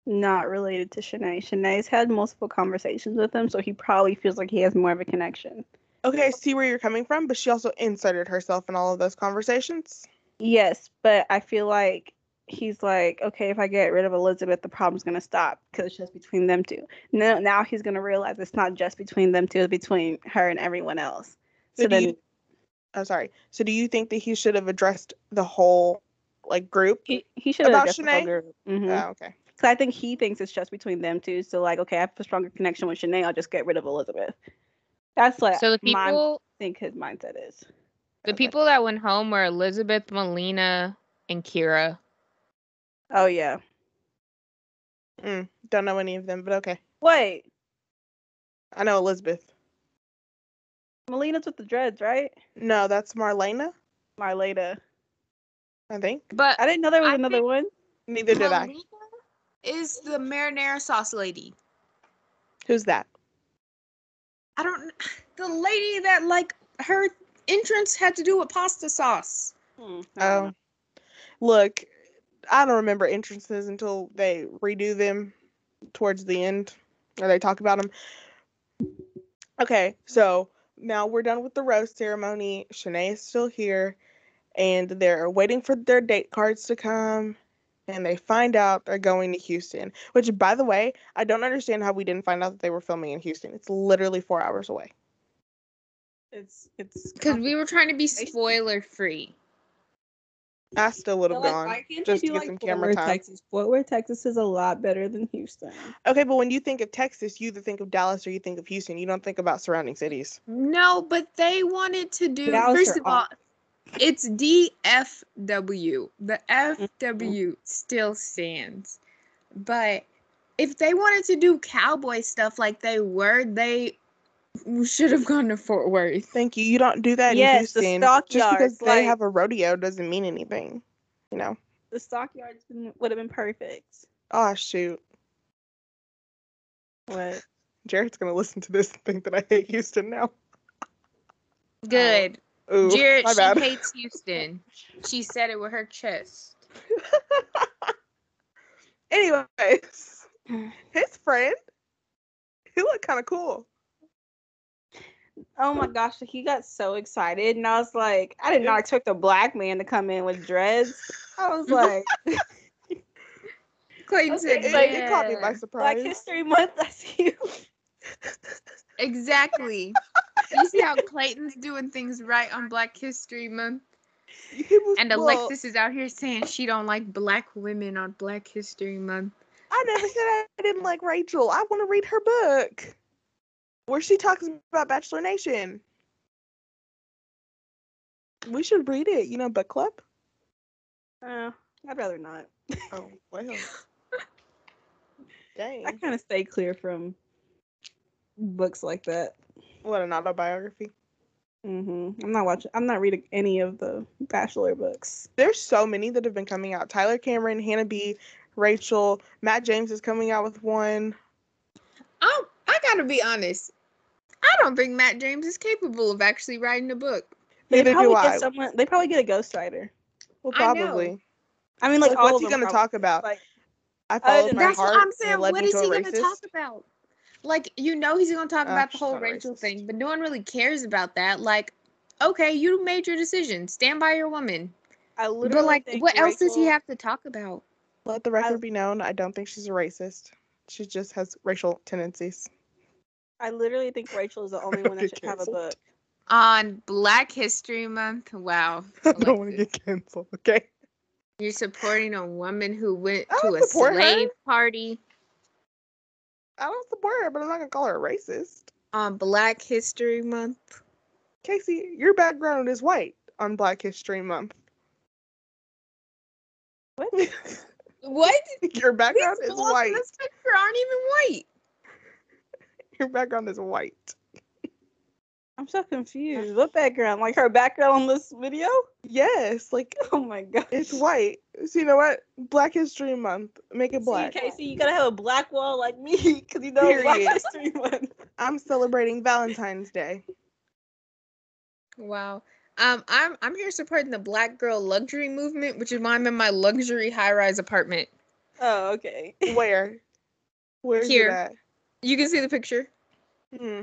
[SPEAKER 1] not related to Shanae. Shanae's had multiple conversations with him, so he probably feels like he has more of a connection.
[SPEAKER 3] Okay, I see where you're coming from, but she also inserted herself in all of those conversations.
[SPEAKER 1] Yes, but I feel like he's like, okay, if I get rid of Elizabeth, the problem's gonna stop because it's just between them two. Now, now he's gonna realize it's not just between them two; it's between her and everyone else.
[SPEAKER 3] So
[SPEAKER 1] So
[SPEAKER 3] do you-
[SPEAKER 1] then
[SPEAKER 3] Oh, sorry. So do you think that he should have addressed the whole like group?
[SPEAKER 1] he, he should have
[SPEAKER 3] About
[SPEAKER 1] addressed the whole
[SPEAKER 3] Shanae?
[SPEAKER 1] group. Mhm.
[SPEAKER 3] Oh, okay.
[SPEAKER 1] Because I think he thinks it's just between them two. So like, okay, I have a stronger connection with Shanae. I'll just get rid of Elizabeth. That's what
[SPEAKER 5] So the
[SPEAKER 1] my-
[SPEAKER 5] people,
[SPEAKER 1] think his mindset is.
[SPEAKER 5] the people that went home were Elizabeth, Melina, and Kira.
[SPEAKER 1] Oh yeah.
[SPEAKER 3] Mm, don't know any of them, but okay.
[SPEAKER 1] Wait,
[SPEAKER 3] I know Elizabeth.
[SPEAKER 1] Melina's with the dreads, right?
[SPEAKER 3] No, that's Marlena,
[SPEAKER 1] Marlena.
[SPEAKER 3] I think.
[SPEAKER 2] But
[SPEAKER 1] I didn't know there was
[SPEAKER 2] I
[SPEAKER 1] another
[SPEAKER 2] think-
[SPEAKER 1] one.
[SPEAKER 3] Neither did I.
[SPEAKER 2] Melina is the marinara sauce lady.
[SPEAKER 3] Who's that?
[SPEAKER 2] I don't. [sighs] The lady that like her entrance had to do with pasta sauce.
[SPEAKER 1] Hmm, I don't
[SPEAKER 3] Oh. Look, I don't remember entrances until they redo them towards the end or they talk about them. Okay, so now we're done with the roast ceremony. Shanae is still here and they're waiting for their date cards to come and they find out they're going to Houston, which by the way, I don't understand how we didn't find out that they were filming in Houston. It's literally 4 hours away.
[SPEAKER 1] know. It's it's
[SPEAKER 5] Because we were trying to be
[SPEAKER 1] They should-
[SPEAKER 5] spoiler free.
[SPEAKER 3] I still would have
[SPEAKER 1] But, like,
[SPEAKER 3] gone.
[SPEAKER 1] why can't they
[SPEAKER 3] just
[SPEAKER 1] do,
[SPEAKER 3] to get
[SPEAKER 1] like,
[SPEAKER 3] some
[SPEAKER 1] Fort
[SPEAKER 3] camera
[SPEAKER 1] Worth,
[SPEAKER 3] time.
[SPEAKER 1] Texas. Fort Worth, Texas is a lot better than Houston.
[SPEAKER 3] Okay, but when you think of Texas, you either think of Dallas or you think of Houston. You don't think about surrounding cities.
[SPEAKER 2] No, but they wanted to do.
[SPEAKER 1] Dallas
[SPEAKER 2] first
[SPEAKER 1] are
[SPEAKER 2] of all, it's DFW. The FW still stands, but if they wanted to do cowboy stuff like they were, they should have gone to Fort Worth.
[SPEAKER 3] Thank you. You don't do that
[SPEAKER 1] Yes, the
[SPEAKER 3] in Houston.
[SPEAKER 1] stockyards,
[SPEAKER 3] Just because they
[SPEAKER 1] like-
[SPEAKER 3] have a rodeo doesn't mean anything. You know.
[SPEAKER 1] The stockyards been- would have been perfect.
[SPEAKER 3] Oh shoot.
[SPEAKER 1] What?
[SPEAKER 3] Jared's gonna listen to this and think that I hate Houston now.
[SPEAKER 2] Good.
[SPEAKER 3] Ooh,
[SPEAKER 2] Jared,
[SPEAKER 3] my
[SPEAKER 2] she
[SPEAKER 3] bad.
[SPEAKER 2] hates Houston. She said it with her chest.
[SPEAKER 3] [laughs] Anyways, his friend, he looked kind of cool.
[SPEAKER 1] Oh my gosh, like, he got so excited, and I was like, I did not expect a black man to come in with dreads. I [laughs] was like,
[SPEAKER 2] Clayton
[SPEAKER 1] Okay,
[SPEAKER 2] said,
[SPEAKER 3] It,
[SPEAKER 1] like-
[SPEAKER 3] it caught me
[SPEAKER 2] "Yeah."
[SPEAKER 3] by
[SPEAKER 1] Black
[SPEAKER 3] surprise.
[SPEAKER 1] History Month, that's [laughs] you.
[SPEAKER 2] Exactly. you see how Clayton's doing things right on Black History Month,
[SPEAKER 3] He was-
[SPEAKER 2] and
[SPEAKER 3] well,
[SPEAKER 2] Alexis is out here saying she don't like black women on Black History Month.
[SPEAKER 3] I never said I didn't like Rachel. I want to read her book where she talks about Bachelor Nation. We should read it, you know, book club.
[SPEAKER 1] Oh, I'd rather not.
[SPEAKER 3] Oh, well. [laughs]
[SPEAKER 1] I
[SPEAKER 3] Dang.
[SPEAKER 1] kind of stay clear from books like that.
[SPEAKER 3] What an autobiography.
[SPEAKER 1] hmm I'm not watching. I'm not reading any of the Bachelor books.
[SPEAKER 3] There's so many that have been coming out. Tyler Cameron, Hannah B, Rachel, Matt James is coming out with one.
[SPEAKER 2] Oh, I gotta be honest. I don't think Matt James is capable of actually writing a book.
[SPEAKER 1] They
[SPEAKER 3] Neither
[SPEAKER 1] probably
[SPEAKER 3] do
[SPEAKER 1] get
[SPEAKER 3] I.
[SPEAKER 1] someone. They probably get a ghostwriter.
[SPEAKER 3] Well,
[SPEAKER 2] I know.
[SPEAKER 3] probably.
[SPEAKER 1] I mean, like,
[SPEAKER 3] Like,
[SPEAKER 1] all
[SPEAKER 3] what's
[SPEAKER 1] of
[SPEAKER 3] he
[SPEAKER 1] them
[SPEAKER 3] gonna
[SPEAKER 1] probably.
[SPEAKER 3] talk about?
[SPEAKER 1] Like,
[SPEAKER 3] I followed
[SPEAKER 1] than-
[SPEAKER 3] my
[SPEAKER 2] That's
[SPEAKER 3] heart
[SPEAKER 2] what I'm
[SPEAKER 3] and
[SPEAKER 2] saying.
[SPEAKER 3] it led
[SPEAKER 2] What
[SPEAKER 3] me
[SPEAKER 2] is
[SPEAKER 3] to a
[SPEAKER 2] he gonna
[SPEAKER 3] racist.
[SPEAKER 2] talk about? Like, you know, he's gonna talk
[SPEAKER 3] Ah,
[SPEAKER 2] about the
[SPEAKER 3] she's
[SPEAKER 2] whole
[SPEAKER 3] not a
[SPEAKER 2] Rachel
[SPEAKER 3] racist.
[SPEAKER 2] thing, but no one really cares about that. Like, okay, you made your decision. Stand by your woman.
[SPEAKER 1] I literally.
[SPEAKER 2] But like,
[SPEAKER 1] think
[SPEAKER 2] what else does he
[SPEAKER 1] Rachel-
[SPEAKER 2] have to talk about?
[SPEAKER 3] Let the record be known. I don't think she's a racist. She just has racial tendencies. [laughs]
[SPEAKER 1] I literally think Rachel is the only one that
[SPEAKER 3] Get
[SPEAKER 1] should have a
[SPEAKER 3] canceled.
[SPEAKER 1] book.
[SPEAKER 2] On Black History Month, wow,
[SPEAKER 3] [laughs] I don't want to
[SPEAKER 2] Alexis,
[SPEAKER 3] get canceled, okay?
[SPEAKER 2] you're supporting a woman who went
[SPEAKER 3] I
[SPEAKER 2] to
[SPEAKER 3] don't
[SPEAKER 2] a
[SPEAKER 3] support her.
[SPEAKER 2] slave party
[SPEAKER 3] I don't support her, but I'm not gonna call her a racist.
[SPEAKER 2] on Black History Month.
[SPEAKER 3] Casey, your background is white on Black History Month. [laughs]
[SPEAKER 1] What?
[SPEAKER 2] What?
[SPEAKER 3] your
[SPEAKER 2] These
[SPEAKER 3] background is
[SPEAKER 2] fools in
[SPEAKER 3] white.
[SPEAKER 2] This picture aren't even white.
[SPEAKER 3] Your background is white.
[SPEAKER 1] I'm so confused. What background? Like her background on this video?
[SPEAKER 3] Yes, like
[SPEAKER 1] [laughs] Oh my god.
[SPEAKER 3] it's white. So you know what? Black History Month. Make it
[SPEAKER 1] See,
[SPEAKER 3] black.
[SPEAKER 1] Casey, you gotta have a black wall like me, [laughs] cause you know Black
[SPEAKER 3] Period.
[SPEAKER 1] History [laughs] Month.
[SPEAKER 3] I'm celebrating Valentine's Day.
[SPEAKER 2] Wow. Um, I'm I'm here supporting the Black Girl Luxury Movement, which is why I'm in my luxury high-rise apartment.
[SPEAKER 1] Oh, okay.
[SPEAKER 3] Where? Where's
[SPEAKER 2] Here.
[SPEAKER 3] it at?
[SPEAKER 2] You can see the picture.
[SPEAKER 3] Hmm.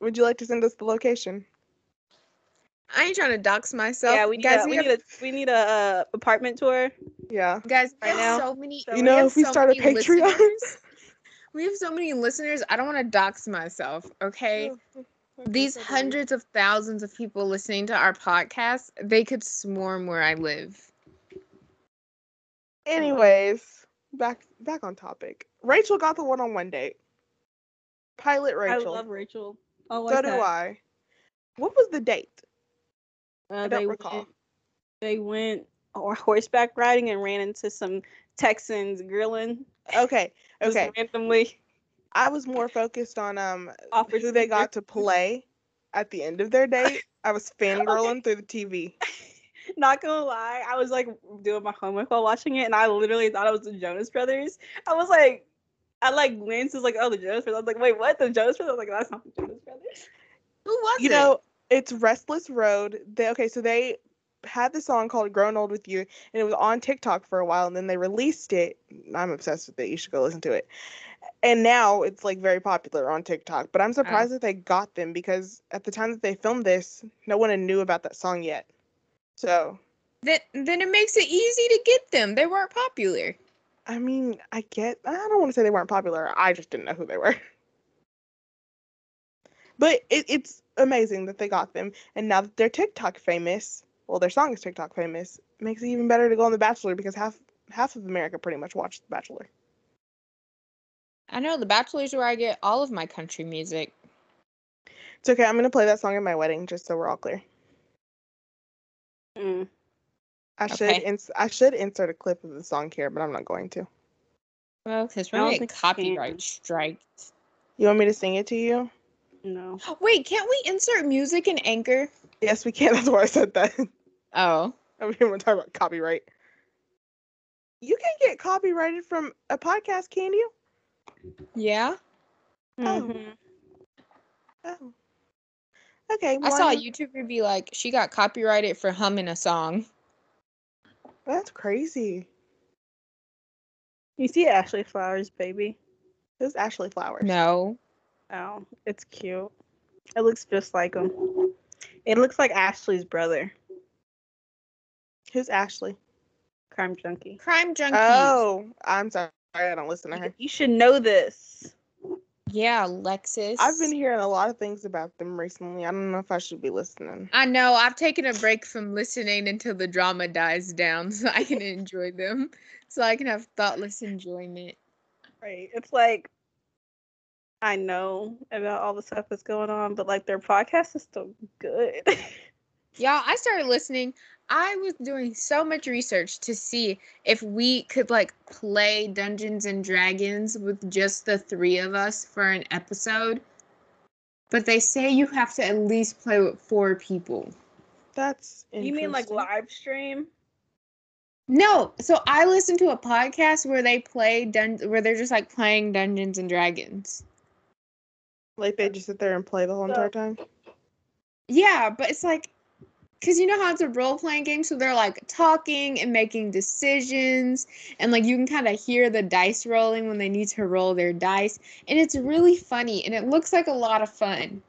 [SPEAKER 3] Would you like to send us the location?
[SPEAKER 2] I ain't trying to dox myself.
[SPEAKER 1] yeah, we need,
[SPEAKER 2] guys.
[SPEAKER 1] a, we,
[SPEAKER 2] we have,
[SPEAKER 1] need a we need a uh, apartment tour.
[SPEAKER 3] Yeah.
[SPEAKER 2] guys. We
[SPEAKER 1] right
[SPEAKER 2] have
[SPEAKER 1] now.
[SPEAKER 2] so many.
[SPEAKER 1] You know,
[SPEAKER 2] have
[SPEAKER 3] if we
[SPEAKER 2] so
[SPEAKER 3] start a
[SPEAKER 2] many
[SPEAKER 3] Patreon.
[SPEAKER 2] listeners. we have so many listeners. I don't want to dox myself. Okay. These hundreds of thousands of people listening to our podcast, they could swarm where I live.
[SPEAKER 3] Anyways, back back on topic. Rachel got the one-on-one date. Pilot Rachel.
[SPEAKER 1] I love Rachel. Oh,
[SPEAKER 3] so do I. What was the date?
[SPEAKER 1] Uh,
[SPEAKER 3] I
[SPEAKER 1] they
[SPEAKER 3] don't recall.
[SPEAKER 1] Went, they went or horseback riding and ran into some Texans grilling
[SPEAKER 3] Okay.
[SPEAKER 1] just
[SPEAKER 3] Okay.
[SPEAKER 1] randomly.
[SPEAKER 3] I was more focused on um
[SPEAKER 1] Offered
[SPEAKER 3] who they
[SPEAKER 1] to- [laughs]
[SPEAKER 3] got to play at the end of their date. I was fangirling through the TV.
[SPEAKER 1] Not gonna lie, I was like doing my homework while watching it, and I literally thought it was the Jonas Brothers. I was like, I like glanced, was like, oh, the Jonas Brothers. I was like, wait, what? The Jonas Brothers? I was like, that's not the Jonas Brothers.
[SPEAKER 2] Who was
[SPEAKER 3] You
[SPEAKER 2] it?
[SPEAKER 3] know, it's Restless Road. They, okay, so they had the song called Grown Old with You, and it was on TikTok for a while, and then they released it. I'm obsessed with it. You should go listen to it. And now it's like very popular on TikTok, but I'm surprised that they got them because at the time that they filmed this, no one knew about that song yet. So,
[SPEAKER 2] then then it makes it easy to get them. They weren't popular.
[SPEAKER 3] I mean, I get, I don't want to say they weren't popular. I just didn't know who they were. But it, it's amazing that they got them. And now that they're TikTok famous, well, their song is TikTok famous, it makes it even better to go on The Bachelor because half half of America pretty much watched The Bachelor.
[SPEAKER 2] I know The Bachelor's where I get all of my country music.
[SPEAKER 3] It's okay. I'm going to play that song at my wedding just so we're all clear.
[SPEAKER 1] Mm.
[SPEAKER 3] I should
[SPEAKER 2] Okay.
[SPEAKER 3] ins- I should insert a clip of the song here, but I'm not going to.
[SPEAKER 2] Well, because
[SPEAKER 1] I don't
[SPEAKER 2] we're
[SPEAKER 1] think you can.
[SPEAKER 2] copyright strike.
[SPEAKER 3] You want me to sing it to you?
[SPEAKER 1] No.
[SPEAKER 2] Wait, can't we insert music in Anchor?
[SPEAKER 3] Yes, we can. [laughs] That's why I said that.
[SPEAKER 2] Oh,
[SPEAKER 3] I mean, [laughs] we're talking about copyright. You can get copyrighted from a podcast, can you?
[SPEAKER 2] yeah.
[SPEAKER 1] Mhm.
[SPEAKER 3] Oh. Okay.
[SPEAKER 2] I saw a
[SPEAKER 3] one-
[SPEAKER 2] YouTuber be like, she got copyrighted for humming a song.
[SPEAKER 3] That's crazy.
[SPEAKER 1] You see Ashley Flowers, baby.
[SPEAKER 3] This is Ashley Flowers.
[SPEAKER 2] No.
[SPEAKER 1] Oh, it's cute. It looks just like him. It looks like Ashley's brother,
[SPEAKER 3] Who's Ashley?
[SPEAKER 1] Crime Junkie.
[SPEAKER 2] Crime junkies.
[SPEAKER 3] Oh, I'm sorry. I don't listen to her.
[SPEAKER 1] You should know this.
[SPEAKER 2] Yeah, Lexus.
[SPEAKER 3] I've been hearing a lot of things about them recently. I don't know if I should be listening.
[SPEAKER 2] I know. I've taken a break from listening until the drama dies down [laughs] so I can enjoy them. So I can have thoughtless enjoyment.
[SPEAKER 1] Right. It's like I know about all the stuff that's going on, but like their podcast is still good. [laughs]
[SPEAKER 2] Y'all, I started listening. I was doing so much research to see if we could like play Dungeons and Dragons with just the three of us for an episode. But they say you have to at least play with four people.
[SPEAKER 3] That's
[SPEAKER 1] you mean like
[SPEAKER 3] interesting.
[SPEAKER 1] live stream?
[SPEAKER 2] No, so I listened to a podcast where they play dun- where they're just like playing Dungeons and Dragons.
[SPEAKER 3] Like they just sit there and play the whole
[SPEAKER 1] So-
[SPEAKER 3] entire time?
[SPEAKER 2] Yeah, but it's like because you know how it's a role playing game, so they're like talking and making decisions, and like you can kind of hear the dice rolling when they need to roll their dice, and it's really funny and it looks like a lot of fun.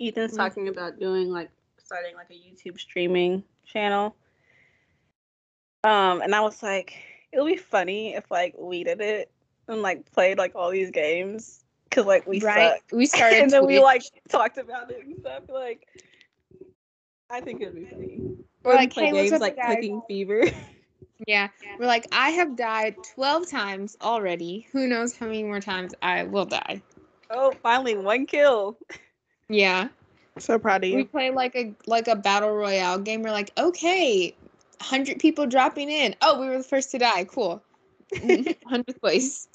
[SPEAKER 1] Ethan's
[SPEAKER 3] Mhm.
[SPEAKER 1] talking about doing like starting like a YouTube streaming channel. Um, and I was like, it would be funny if like we did it and like played like all these games because like we
[SPEAKER 2] right?
[SPEAKER 1] suck. [laughs]
[SPEAKER 2] We started,
[SPEAKER 1] and then we
[SPEAKER 2] Twitch.
[SPEAKER 1] like talked about it and stuff. Like, I think it'd be funny.
[SPEAKER 2] We're
[SPEAKER 1] Or
[SPEAKER 2] like,
[SPEAKER 1] like
[SPEAKER 2] "Hey,
[SPEAKER 1] play
[SPEAKER 2] what's
[SPEAKER 1] games
[SPEAKER 2] up,
[SPEAKER 1] like
[SPEAKER 2] guys?"
[SPEAKER 1] Cooking Fever.
[SPEAKER 2] yeah, we're like, I have died twelve times already. Who knows how many more times I will die?
[SPEAKER 1] oh, finally one kill.
[SPEAKER 2] Yeah.
[SPEAKER 3] So proud of
[SPEAKER 2] we
[SPEAKER 3] you.
[SPEAKER 2] play like a like a battle royale game we're like okay 100 people dropping in oh we were the first to die cool [laughs] 100th place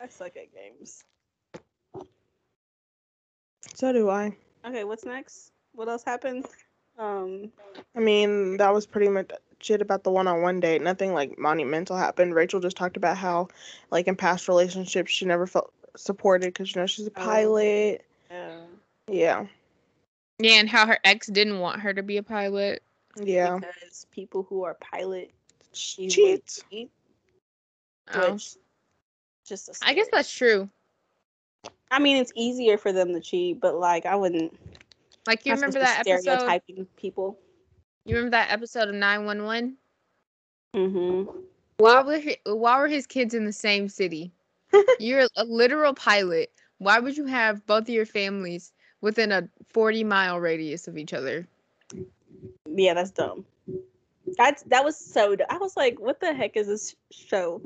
[SPEAKER 1] I suck at games.
[SPEAKER 3] So do I.
[SPEAKER 1] Okay, what's next? What else happened? Um,
[SPEAKER 3] I mean, that was pretty much shit about the one-on-one date. Nothing like monumental happened. Rachel just talked about how, like in past relationships, she never felt supported because you know she's a
[SPEAKER 1] Oh.
[SPEAKER 3] pilot.
[SPEAKER 1] yeah.
[SPEAKER 3] Yeah,
[SPEAKER 2] yeah and how her ex didn't want her to be a pilot
[SPEAKER 3] yeah.
[SPEAKER 1] Because people who are pilot cheat,
[SPEAKER 3] Cheats.
[SPEAKER 1] cheat
[SPEAKER 2] oh.
[SPEAKER 1] which just a
[SPEAKER 2] i guess
[SPEAKER 1] scary-
[SPEAKER 2] that's true
[SPEAKER 1] I mean, it's easier for them to cheat, but like I wouldn't.
[SPEAKER 2] like you
[SPEAKER 1] I'm
[SPEAKER 2] remember that
[SPEAKER 1] supposed to
[SPEAKER 2] episode
[SPEAKER 1] Stereotyping people.
[SPEAKER 2] you remember that episode of 911
[SPEAKER 1] Mm-hmm.
[SPEAKER 2] why were he, why were his kids in the same [laughs] city you're a literal pilot why would you have both of your families within a 40 mile radius of each other
[SPEAKER 1] Yeah, that's dumb. That's that was so. d I I was like, what the heck is this show?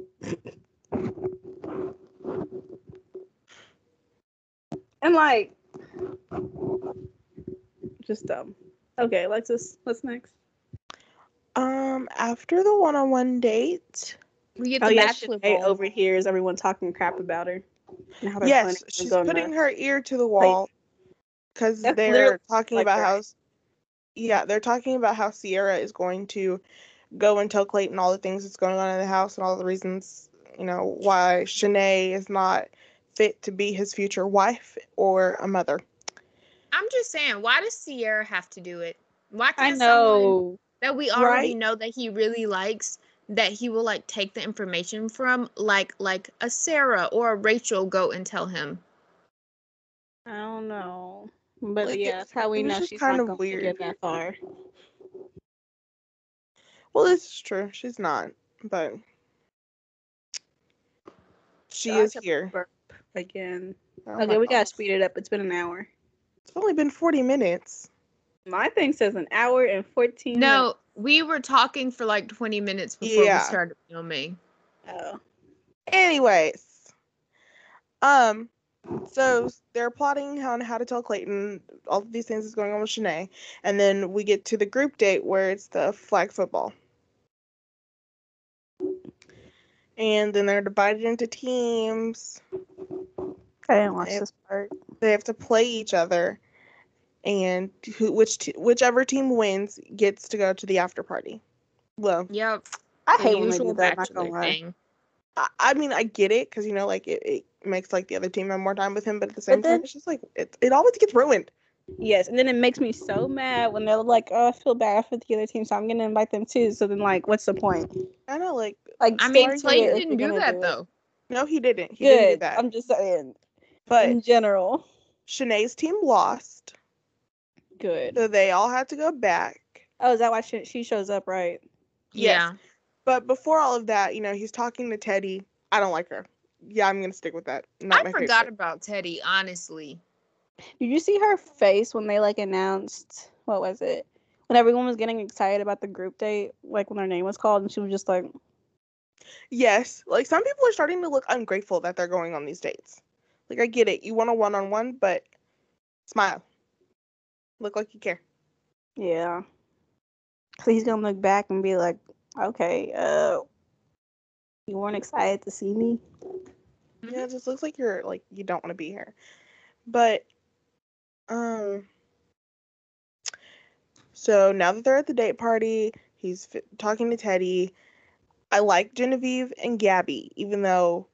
[SPEAKER 1] and like, just dumb. Okay, Alexis, what's next?
[SPEAKER 3] Um, after the one-on-one date,
[SPEAKER 5] We get
[SPEAKER 1] Oh
[SPEAKER 5] the
[SPEAKER 1] yeah,
[SPEAKER 5] bachelor
[SPEAKER 1] Sinead
[SPEAKER 5] bowl.
[SPEAKER 1] overhears everyone talking crap about her. and how they're planning
[SPEAKER 3] yes,
[SPEAKER 1] on
[SPEAKER 3] she's
[SPEAKER 1] going
[SPEAKER 3] putting
[SPEAKER 1] to-
[SPEAKER 3] her ear to the wall because
[SPEAKER 1] That's
[SPEAKER 3] they're
[SPEAKER 1] literally
[SPEAKER 3] talking
[SPEAKER 1] like
[SPEAKER 3] about
[SPEAKER 1] her.
[SPEAKER 3] how. Yeah, they're talking about how Sierra is going to go and tell Clayton all the things that's going on in the house and all the reasons, you know, why Shanae is not fit to be his future wife or a mother.
[SPEAKER 2] I'm just saying, why does Sierra have to do it? Why
[SPEAKER 1] I
[SPEAKER 2] can't someone
[SPEAKER 1] know.
[SPEAKER 2] that we already
[SPEAKER 3] Right?
[SPEAKER 2] know that he really likes that he will like take the information from, like like a Sarah or a Rachel go and tell him?
[SPEAKER 1] I don't know. But
[SPEAKER 3] Like, it-
[SPEAKER 1] yeah, that's how we
[SPEAKER 3] it was
[SPEAKER 1] know
[SPEAKER 3] just
[SPEAKER 1] she's
[SPEAKER 3] kind
[SPEAKER 1] not
[SPEAKER 3] of
[SPEAKER 1] going to
[SPEAKER 3] weird.
[SPEAKER 1] get that far.
[SPEAKER 3] Well, this is true. She's not, but she
[SPEAKER 1] So I
[SPEAKER 3] is
[SPEAKER 1] kept-
[SPEAKER 3] here.
[SPEAKER 1] Again.
[SPEAKER 3] Oh
[SPEAKER 1] okay,
[SPEAKER 3] my
[SPEAKER 1] we gotta
[SPEAKER 3] gosh.
[SPEAKER 1] speed it up. It's been an hour.
[SPEAKER 3] It's only been 40 minutes.
[SPEAKER 1] My thing says an hour and fourteen.
[SPEAKER 2] No, we were talking for like 20 minutes before
[SPEAKER 3] Yeah.
[SPEAKER 2] we started filming.
[SPEAKER 1] minutes. Oh.
[SPEAKER 3] Anyways, um, so they're plotting on how to tell Clayton all of these things that's going on with Shanae, and then we get to the group date where it's the flag football, and then they're divided into teams.
[SPEAKER 1] I didn't watch
[SPEAKER 3] Yep.
[SPEAKER 1] this part.
[SPEAKER 3] They have to play each other, and who, which t- whichever team wins gets to go to the after party. Well,
[SPEAKER 2] Yep.
[SPEAKER 3] I
[SPEAKER 2] the
[SPEAKER 3] hate when they
[SPEAKER 2] usual
[SPEAKER 3] do that. I'm not
[SPEAKER 2] bachelor
[SPEAKER 3] gonna lie.
[SPEAKER 2] thing.
[SPEAKER 3] I, I mean, I get it because you know, like it, it makes like the other team have more time with him, but at the same time,
[SPEAKER 1] then-
[SPEAKER 3] it's just like it, it always gets ruined.
[SPEAKER 1] Yes, and then it makes me so mad when they're like, "Oh, I feel bad for the other team, so I'm gonna invite them too." So then, like, what's the point?
[SPEAKER 3] I know, like
[SPEAKER 1] Like,
[SPEAKER 2] I
[SPEAKER 1] stay
[SPEAKER 2] mean,
[SPEAKER 1] to it
[SPEAKER 2] Clayton
[SPEAKER 1] if
[SPEAKER 2] didn't
[SPEAKER 1] you're
[SPEAKER 2] do
[SPEAKER 1] gonna
[SPEAKER 2] that
[SPEAKER 1] it.
[SPEAKER 2] though.
[SPEAKER 3] no, he didn't. He didn't do
[SPEAKER 1] Good.
[SPEAKER 3] that.
[SPEAKER 1] I'm just saying.
[SPEAKER 3] but
[SPEAKER 1] in general,
[SPEAKER 3] Shanae's team lost,
[SPEAKER 1] good.
[SPEAKER 3] so they all had to go back.
[SPEAKER 1] Oh, is that why she, she shows up? Right.
[SPEAKER 3] Yes.
[SPEAKER 2] Yeah.
[SPEAKER 3] But before all of that, you know, he's talking to Teddy. I don't like her. Yeah, I'm gonna stick with that. Not
[SPEAKER 2] I
[SPEAKER 3] my
[SPEAKER 2] forgot
[SPEAKER 3] favorite.
[SPEAKER 2] about Teddy, honestly.
[SPEAKER 1] Did you see her face when they like announced what was it? When everyone was getting excited about the group date, like when her name was called, and she was just like,
[SPEAKER 3] Yes, like some people are starting to look ungrateful that they're going on these dates. Like I get it, you want a one-on-one, but smile, look like you care.
[SPEAKER 1] "Yeah." So he's gonna look back and be like, "Okay, uh, you weren't excited to see me."
[SPEAKER 3] Yeah, it just looks like you're like you don't want to be here. But um so now that they're at the date party, he's f- talking to Teddy. I like Genevieve and Gabby, even though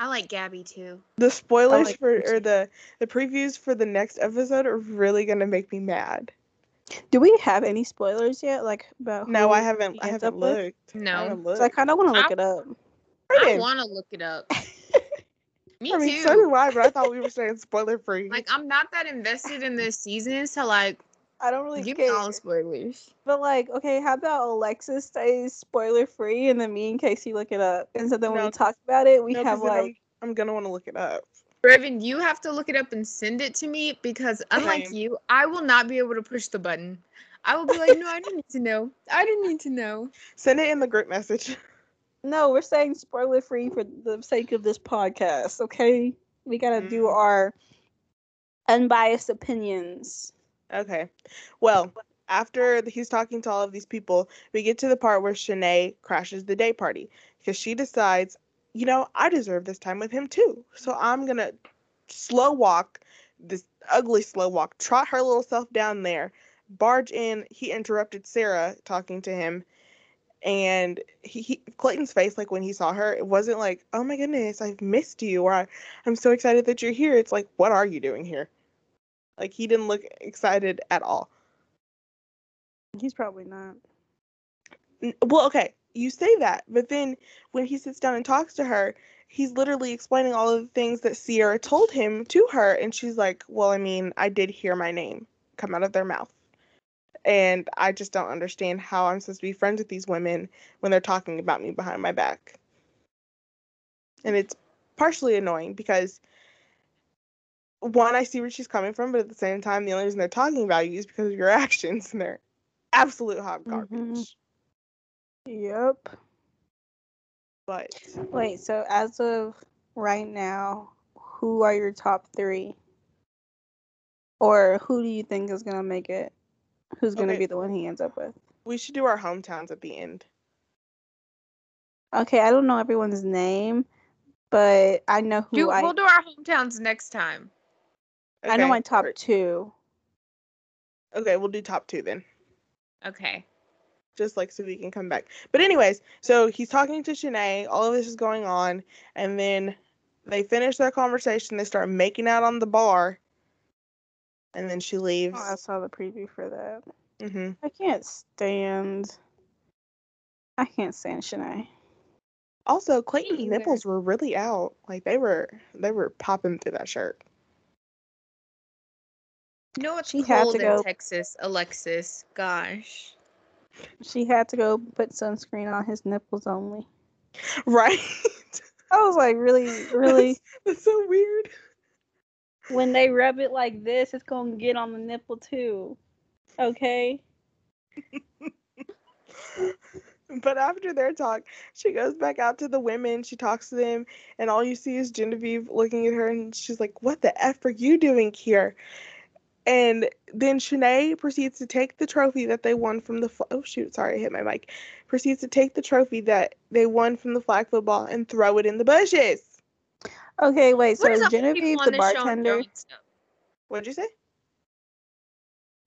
[SPEAKER 2] I like Gabby too.
[SPEAKER 3] the spoilers
[SPEAKER 1] like
[SPEAKER 3] for
[SPEAKER 1] them
[SPEAKER 3] or
[SPEAKER 1] too.
[SPEAKER 3] the the previews for the next episode are really gonna make me mad.
[SPEAKER 1] Do we have any spoilers yet? Like about
[SPEAKER 3] No,
[SPEAKER 1] who
[SPEAKER 3] I haven't.
[SPEAKER 1] he
[SPEAKER 3] I
[SPEAKER 1] ends
[SPEAKER 3] haven't
[SPEAKER 1] up with?
[SPEAKER 3] looked.
[SPEAKER 2] No.
[SPEAKER 3] I haven't looked.
[SPEAKER 1] So I kind of want to look
[SPEAKER 2] I-
[SPEAKER 1] it up.
[SPEAKER 2] I
[SPEAKER 3] Brayden,
[SPEAKER 2] want to look it
[SPEAKER 3] [laughs]
[SPEAKER 2] up. Me
[SPEAKER 3] I mean,
[SPEAKER 2] too.
[SPEAKER 3] so do I, but I thought we
[SPEAKER 2] [laughs]
[SPEAKER 3] were staying spoiler free.
[SPEAKER 2] like I'm not that invested in this season, so like
[SPEAKER 1] I don't really
[SPEAKER 2] give me
[SPEAKER 1] care.
[SPEAKER 2] all the spoilers.
[SPEAKER 1] But like, okay, how about Alexis stays spoiler free, and then me and Casey look it up, and so then when
[SPEAKER 3] No,
[SPEAKER 1] we
[SPEAKER 3] 'cause-
[SPEAKER 1] talk about it, we
[SPEAKER 3] No, 'cause
[SPEAKER 1] have
[SPEAKER 3] then I'm-
[SPEAKER 1] like,
[SPEAKER 3] I'm, gonna want to look it up.
[SPEAKER 2] Raven, you have to look it up and send it to me because unlike
[SPEAKER 3] Same.
[SPEAKER 2] you, I will not be able to push the button. I will be like, no, I don't need to know. I don't need to know.
[SPEAKER 3] Send it in the group message.
[SPEAKER 1] no, we're saying spoiler free for the sake of this podcast. Okay, we gotta do
[SPEAKER 3] Mm.
[SPEAKER 1] our unbiased opinions.
[SPEAKER 3] Okay. Well, after th- he's talking to all of these people, we get to the part where Shanae crashes the day party because she decides, you know, I deserve this time with him too. So I'm going to slow walk, this ugly slow walk, trot her little self down there, barge in. He interrupted Sarah talking to him. And he, he Clayton's face, like when he saw her, it wasn't like, "Oh my goodness, I've missed you," or "I- "I'm so excited that you're here." It's like, "What are you doing here?" Like he didn't look excited at all.
[SPEAKER 1] He's probably not.
[SPEAKER 3] N- Well, okay, you say that, but then when he sits down and talks to her, he's literally explaining all of the things that Sierra told him to her, and she's like, "Well, I mean, I did hear my name come out of their mouth, and I just don't understand how I'm supposed to be friends with these women when they're talking about me behind my back." And it's partially annoying because one, I see where she's coming from, but at the same time, the only reason they're talking about you is because of your [laughs] actions, and they're absolute hot garbage.
[SPEAKER 1] Mhm. Yep.
[SPEAKER 3] But
[SPEAKER 1] Wait. So as of right now, who are your top three? Or who do you think is gonna make it? Who's gonna
[SPEAKER 3] Okay.
[SPEAKER 1] be the one he ends up with?
[SPEAKER 3] We should do our hometowns at the end.
[SPEAKER 1] Okay, I don't know everyone's name, but I know who
[SPEAKER 2] Do,
[SPEAKER 1] I
[SPEAKER 2] we'll do our hometowns next time.
[SPEAKER 1] I know
[SPEAKER 3] Okay,
[SPEAKER 1] my top
[SPEAKER 3] alright.
[SPEAKER 1] two.
[SPEAKER 3] Okay, we'll do top two then.
[SPEAKER 2] Okay.
[SPEAKER 3] just like so we can come back. But anyways, so he's talking to Shanae, all of this is going on, and then they finish their conversation, they start making out on the bar, and then she leaves.
[SPEAKER 1] Oh, I saw the preview for that.
[SPEAKER 3] hmm
[SPEAKER 1] I can't stand. I can't stand Shanae.
[SPEAKER 3] Also, Clayton's
[SPEAKER 2] either.
[SPEAKER 3] nipples were really out. Like they were they were popping through that shirt. [laughs]
[SPEAKER 2] You know it's
[SPEAKER 1] She had to
[SPEAKER 2] cold in
[SPEAKER 1] go.
[SPEAKER 2] Texas, Alexis. Gosh.
[SPEAKER 1] She had to go put sunscreen on his nipples only.
[SPEAKER 3] Right?
[SPEAKER 1] I was like, really, really.
[SPEAKER 3] That's, [laughs] that's so weird.
[SPEAKER 1] when they rub it like this, it's gonna get on the nipple too. Okay.
[SPEAKER 3] But after their talk, she goes back out to the women. She talks to them, and all you see is Genevieve looking at her, and she's like, "What the f are you doing here?" And then Shanae proceeds to take the trophy that they won from the fl- oh shoot, sorry, I hit my mic. Proceeds to take the trophy that they won from the flag football and throw it in the bushes.
[SPEAKER 1] Okay, wait. So
[SPEAKER 2] What is
[SPEAKER 1] is
[SPEAKER 2] up with people
[SPEAKER 1] Genevieve
[SPEAKER 2] on
[SPEAKER 1] the
[SPEAKER 2] this show and
[SPEAKER 1] bartender?
[SPEAKER 2] throwing stuff?
[SPEAKER 3] What'd you say?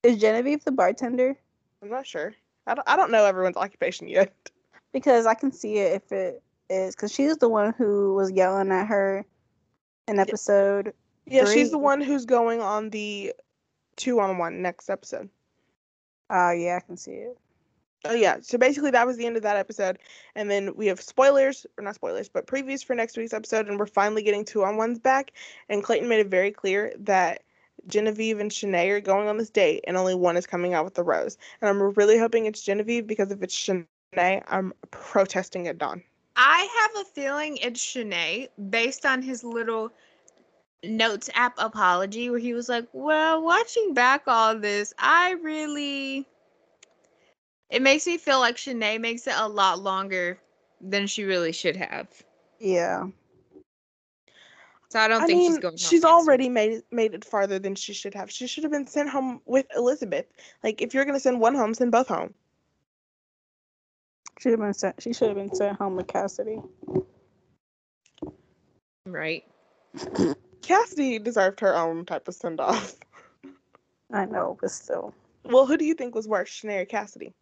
[SPEAKER 1] Is Genevieve the bartender?
[SPEAKER 3] I'm not sure. I don't. I don't know everyone's occupation yet.
[SPEAKER 1] Because I can see it if it is, because she's the one who was yelling at her in episode.
[SPEAKER 3] Yeah, she's the
[SPEAKER 1] Three.
[SPEAKER 3] one who's going on the two on one next episode.
[SPEAKER 1] Oh yeah, I can see it.
[SPEAKER 3] Oh yeah. So basically that was the end of that episode. And then we have spoilers, or not spoilers, but previews for next week's episode, and we're finally getting two on ones back. And Clayton made it very clear that Genevieve and Shanae are going on this date and only one is coming out with the rose. And I'm really hoping it's Genevieve because if it's Shanae, I'm protesting at dawn.
[SPEAKER 2] I have a feeling it's Shanae based on his little notes app apology where he was like, Well, watching back all this, I really it makes me feel like Shanae makes it a lot longer than she really should have.
[SPEAKER 1] Yeah.
[SPEAKER 2] So I don't
[SPEAKER 3] I,
[SPEAKER 2] think
[SPEAKER 3] mean,
[SPEAKER 2] she's going home
[SPEAKER 3] she's
[SPEAKER 2] next week.
[SPEAKER 3] already made made it farther than she should have. She should have been sent home with Elizabeth. Like if you're gonna send one home, send both home.
[SPEAKER 1] Should have been sent. She should have been sent home with Cassidy.
[SPEAKER 2] right.
[SPEAKER 3] Oh, Cassidy deserved her own type of send off.
[SPEAKER 1] I know, but still.
[SPEAKER 3] Well, who do you think was worse, Shanae or Cassidy?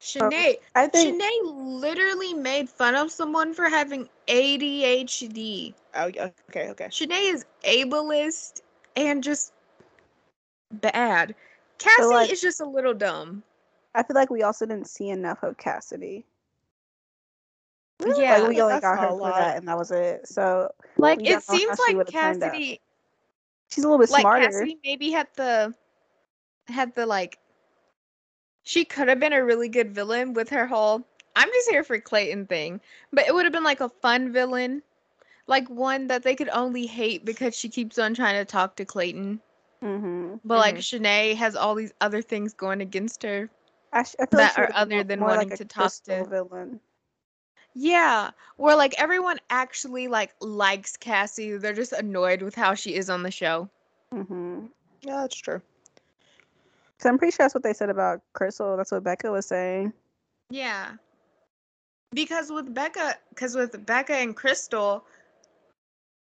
[SPEAKER 2] Shanae
[SPEAKER 1] I think.
[SPEAKER 2] Shanae literally made fun of someone for having ADHD.
[SPEAKER 3] Oh, yeah, okay, okay.
[SPEAKER 2] Shanae is ableist and just bad. Cassie
[SPEAKER 1] like-
[SPEAKER 2] is just a little dumb.
[SPEAKER 1] I feel like we also didn't see enough of Cassidy.
[SPEAKER 2] Yeah.
[SPEAKER 1] Like we only
[SPEAKER 3] That's
[SPEAKER 1] got
[SPEAKER 3] not
[SPEAKER 1] her
[SPEAKER 3] a
[SPEAKER 1] for
[SPEAKER 3] lot.
[SPEAKER 1] that, and that was it. So
[SPEAKER 2] Like
[SPEAKER 1] we
[SPEAKER 2] it
[SPEAKER 1] don't know how
[SPEAKER 2] seems
[SPEAKER 1] she
[SPEAKER 2] like
[SPEAKER 1] would've turned out.
[SPEAKER 2] Cassidy,
[SPEAKER 1] she's a little bit
[SPEAKER 2] like
[SPEAKER 1] smarter.
[SPEAKER 2] Cassidy maybe had the had the like she could have been a really good villain with her whole I'm just here for Clayton thing, but it would have been like a fun villain, like one that they could only hate because she keeps on trying to talk to Clayton.
[SPEAKER 1] hmm
[SPEAKER 2] But like Shanae has all these other things going against her.
[SPEAKER 1] I, sh- I feel
[SPEAKER 2] That
[SPEAKER 1] she
[SPEAKER 2] are
[SPEAKER 1] would've been
[SPEAKER 2] other than
[SPEAKER 1] more
[SPEAKER 2] wanting
[SPEAKER 1] like
[SPEAKER 2] to
[SPEAKER 1] a
[SPEAKER 2] talk to-
[SPEAKER 1] crystal villain.
[SPEAKER 2] Yeah, where like everyone actually like likes Cassie. They're just annoyed with how she is on the show.
[SPEAKER 1] Mm-hmm.
[SPEAKER 3] Yeah, that's true.
[SPEAKER 1] So I'm pretty sure that's what they said about Crystal. That's what Becca was saying.
[SPEAKER 2] Yeah. Because with Becca, because with Becca and Crystal,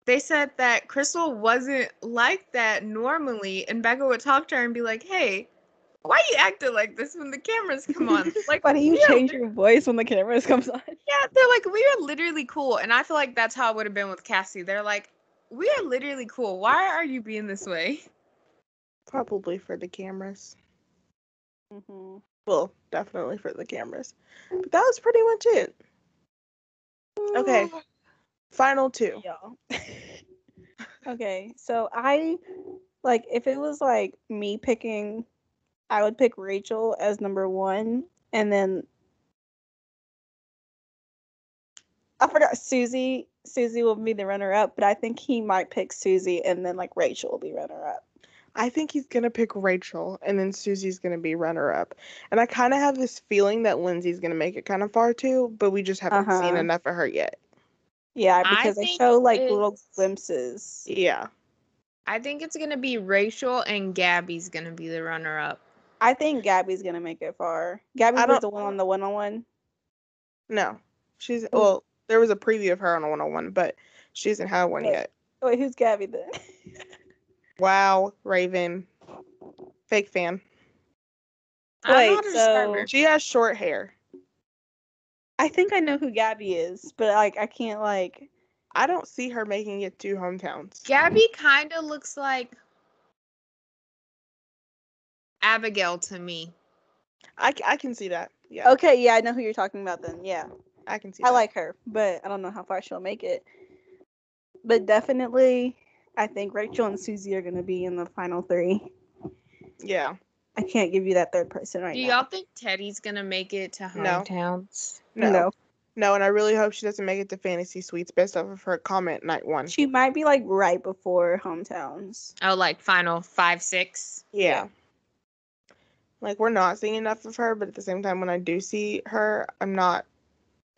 [SPEAKER 2] they said that Crystal wasn't like that normally, and Becca would talk to her and be like, "Hey, why you acting like this when the cameras come [laughs] on?" Like,
[SPEAKER 1] Why do you
[SPEAKER 2] Yeah,
[SPEAKER 1] change your voice when the camera [laughs] comes on?
[SPEAKER 2] yeah, they're like, "We are literally cool," and I feel like that's how it would have been with Cassie. They're like, "We are literally cool. Why are you being this way?"
[SPEAKER 3] Probably for the cameras.
[SPEAKER 1] Mm-hmm.
[SPEAKER 3] Well, definitely for the cameras. But that was pretty much it. Okay. Final two.
[SPEAKER 1] Yeah. [laughs] okay, so I like if it was like me picking, I would pick Rachel as number one, and then I forgot Susie. Susie will be the runner up, but I think he might pick Susie, and then like Rachel will be runner up.
[SPEAKER 3] I think he's gonna pick Rachel, and then Susie's gonna be runner-up. And I kind of have this feeling that Lindsay's gonna make it kind of far too, but we just haven't seen
[SPEAKER 1] Uh-huh.
[SPEAKER 3] enough of her yet.
[SPEAKER 1] Yeah,
[SPEAKER 2] I
[SPEAKER 1] because they
[SPEAKER 2] think
[SPEAKER 1] show like little
[SPEAKER 2] it's-
[SPEAKER 1] glimpses.
[SPEAKER 3] Yeah.
[SPEAKER 2] I think it's gonna be Rachel and Gabby's gonna be the runner up.
[SPEAKER 1] I think Gabby's gonna make it far. Gabby
[SPEAKER 3] I
[SPEAKER 1] was
[SPEAKER 3] don't-
[SPEAKER 1] the one on the one on one.
[SPEAKER 3] No, she's well. There was a preview of her on a one-on-one, but she hasn't had one
[SPEAKER 1] Wait.
[SPEAKER 3] yet.
[SPEAKER 1] Wait, who's Gabby then? [laughs]
[SPEAKER 3] Wow, Raven, fake fan.
[SPEAKER 2] I don't know
[SPEAKER 1] Wait,
[SPEAKER 2] how to describe
[SPEAKER 1] so-
[SPEAKER 2] her.
[SPEAKER 3] She has short hair.
[SPEAKER 1] I think I know who Gabby is, but like I can't like
[SPEAKER 3] I don't see her making it to hometowns.
[SPEAKER 2] Gabby kind of looks like Abigail to me.
[SPEAKER 3] I, c- I can see that. Yeah,
[SPEAKER 1] Okay, yeah, I know who you're talking about then. Yeah.
[SPEAKER 3] I can see.
[SPEAKER 1] I
[SPEAKER 3] that.
[SPEAKER 1] like her, but I don't know how far she'll make it. But definitely I think Rachel and Susie are gonna be in the final three.
[SPEAKER 3] Yeah,
[SPEAKER 1] I can't give you that third person right
[SPEAKER 2] Do
[SPEAKER 1] now.
[SPEAKER 2] y'all think Teddy's gonna make it to
[SPEAKER 3] No.
[SPEAKER 2] hometowns?
[SPEAKER 3] no. no,
[SPEAKER 1] no.
[SPEAKER 3] and I really hope she doesn't make it to fantasy suites based off of her comment night one.
[SPEAKER 1] She might be like right before hometowns.
[SPEAKER 2] Oh, like final five, six.
[SPEAKER 3] Yeah. Like we're not seeing enough of her, but at the same time, when I do see her, I'm not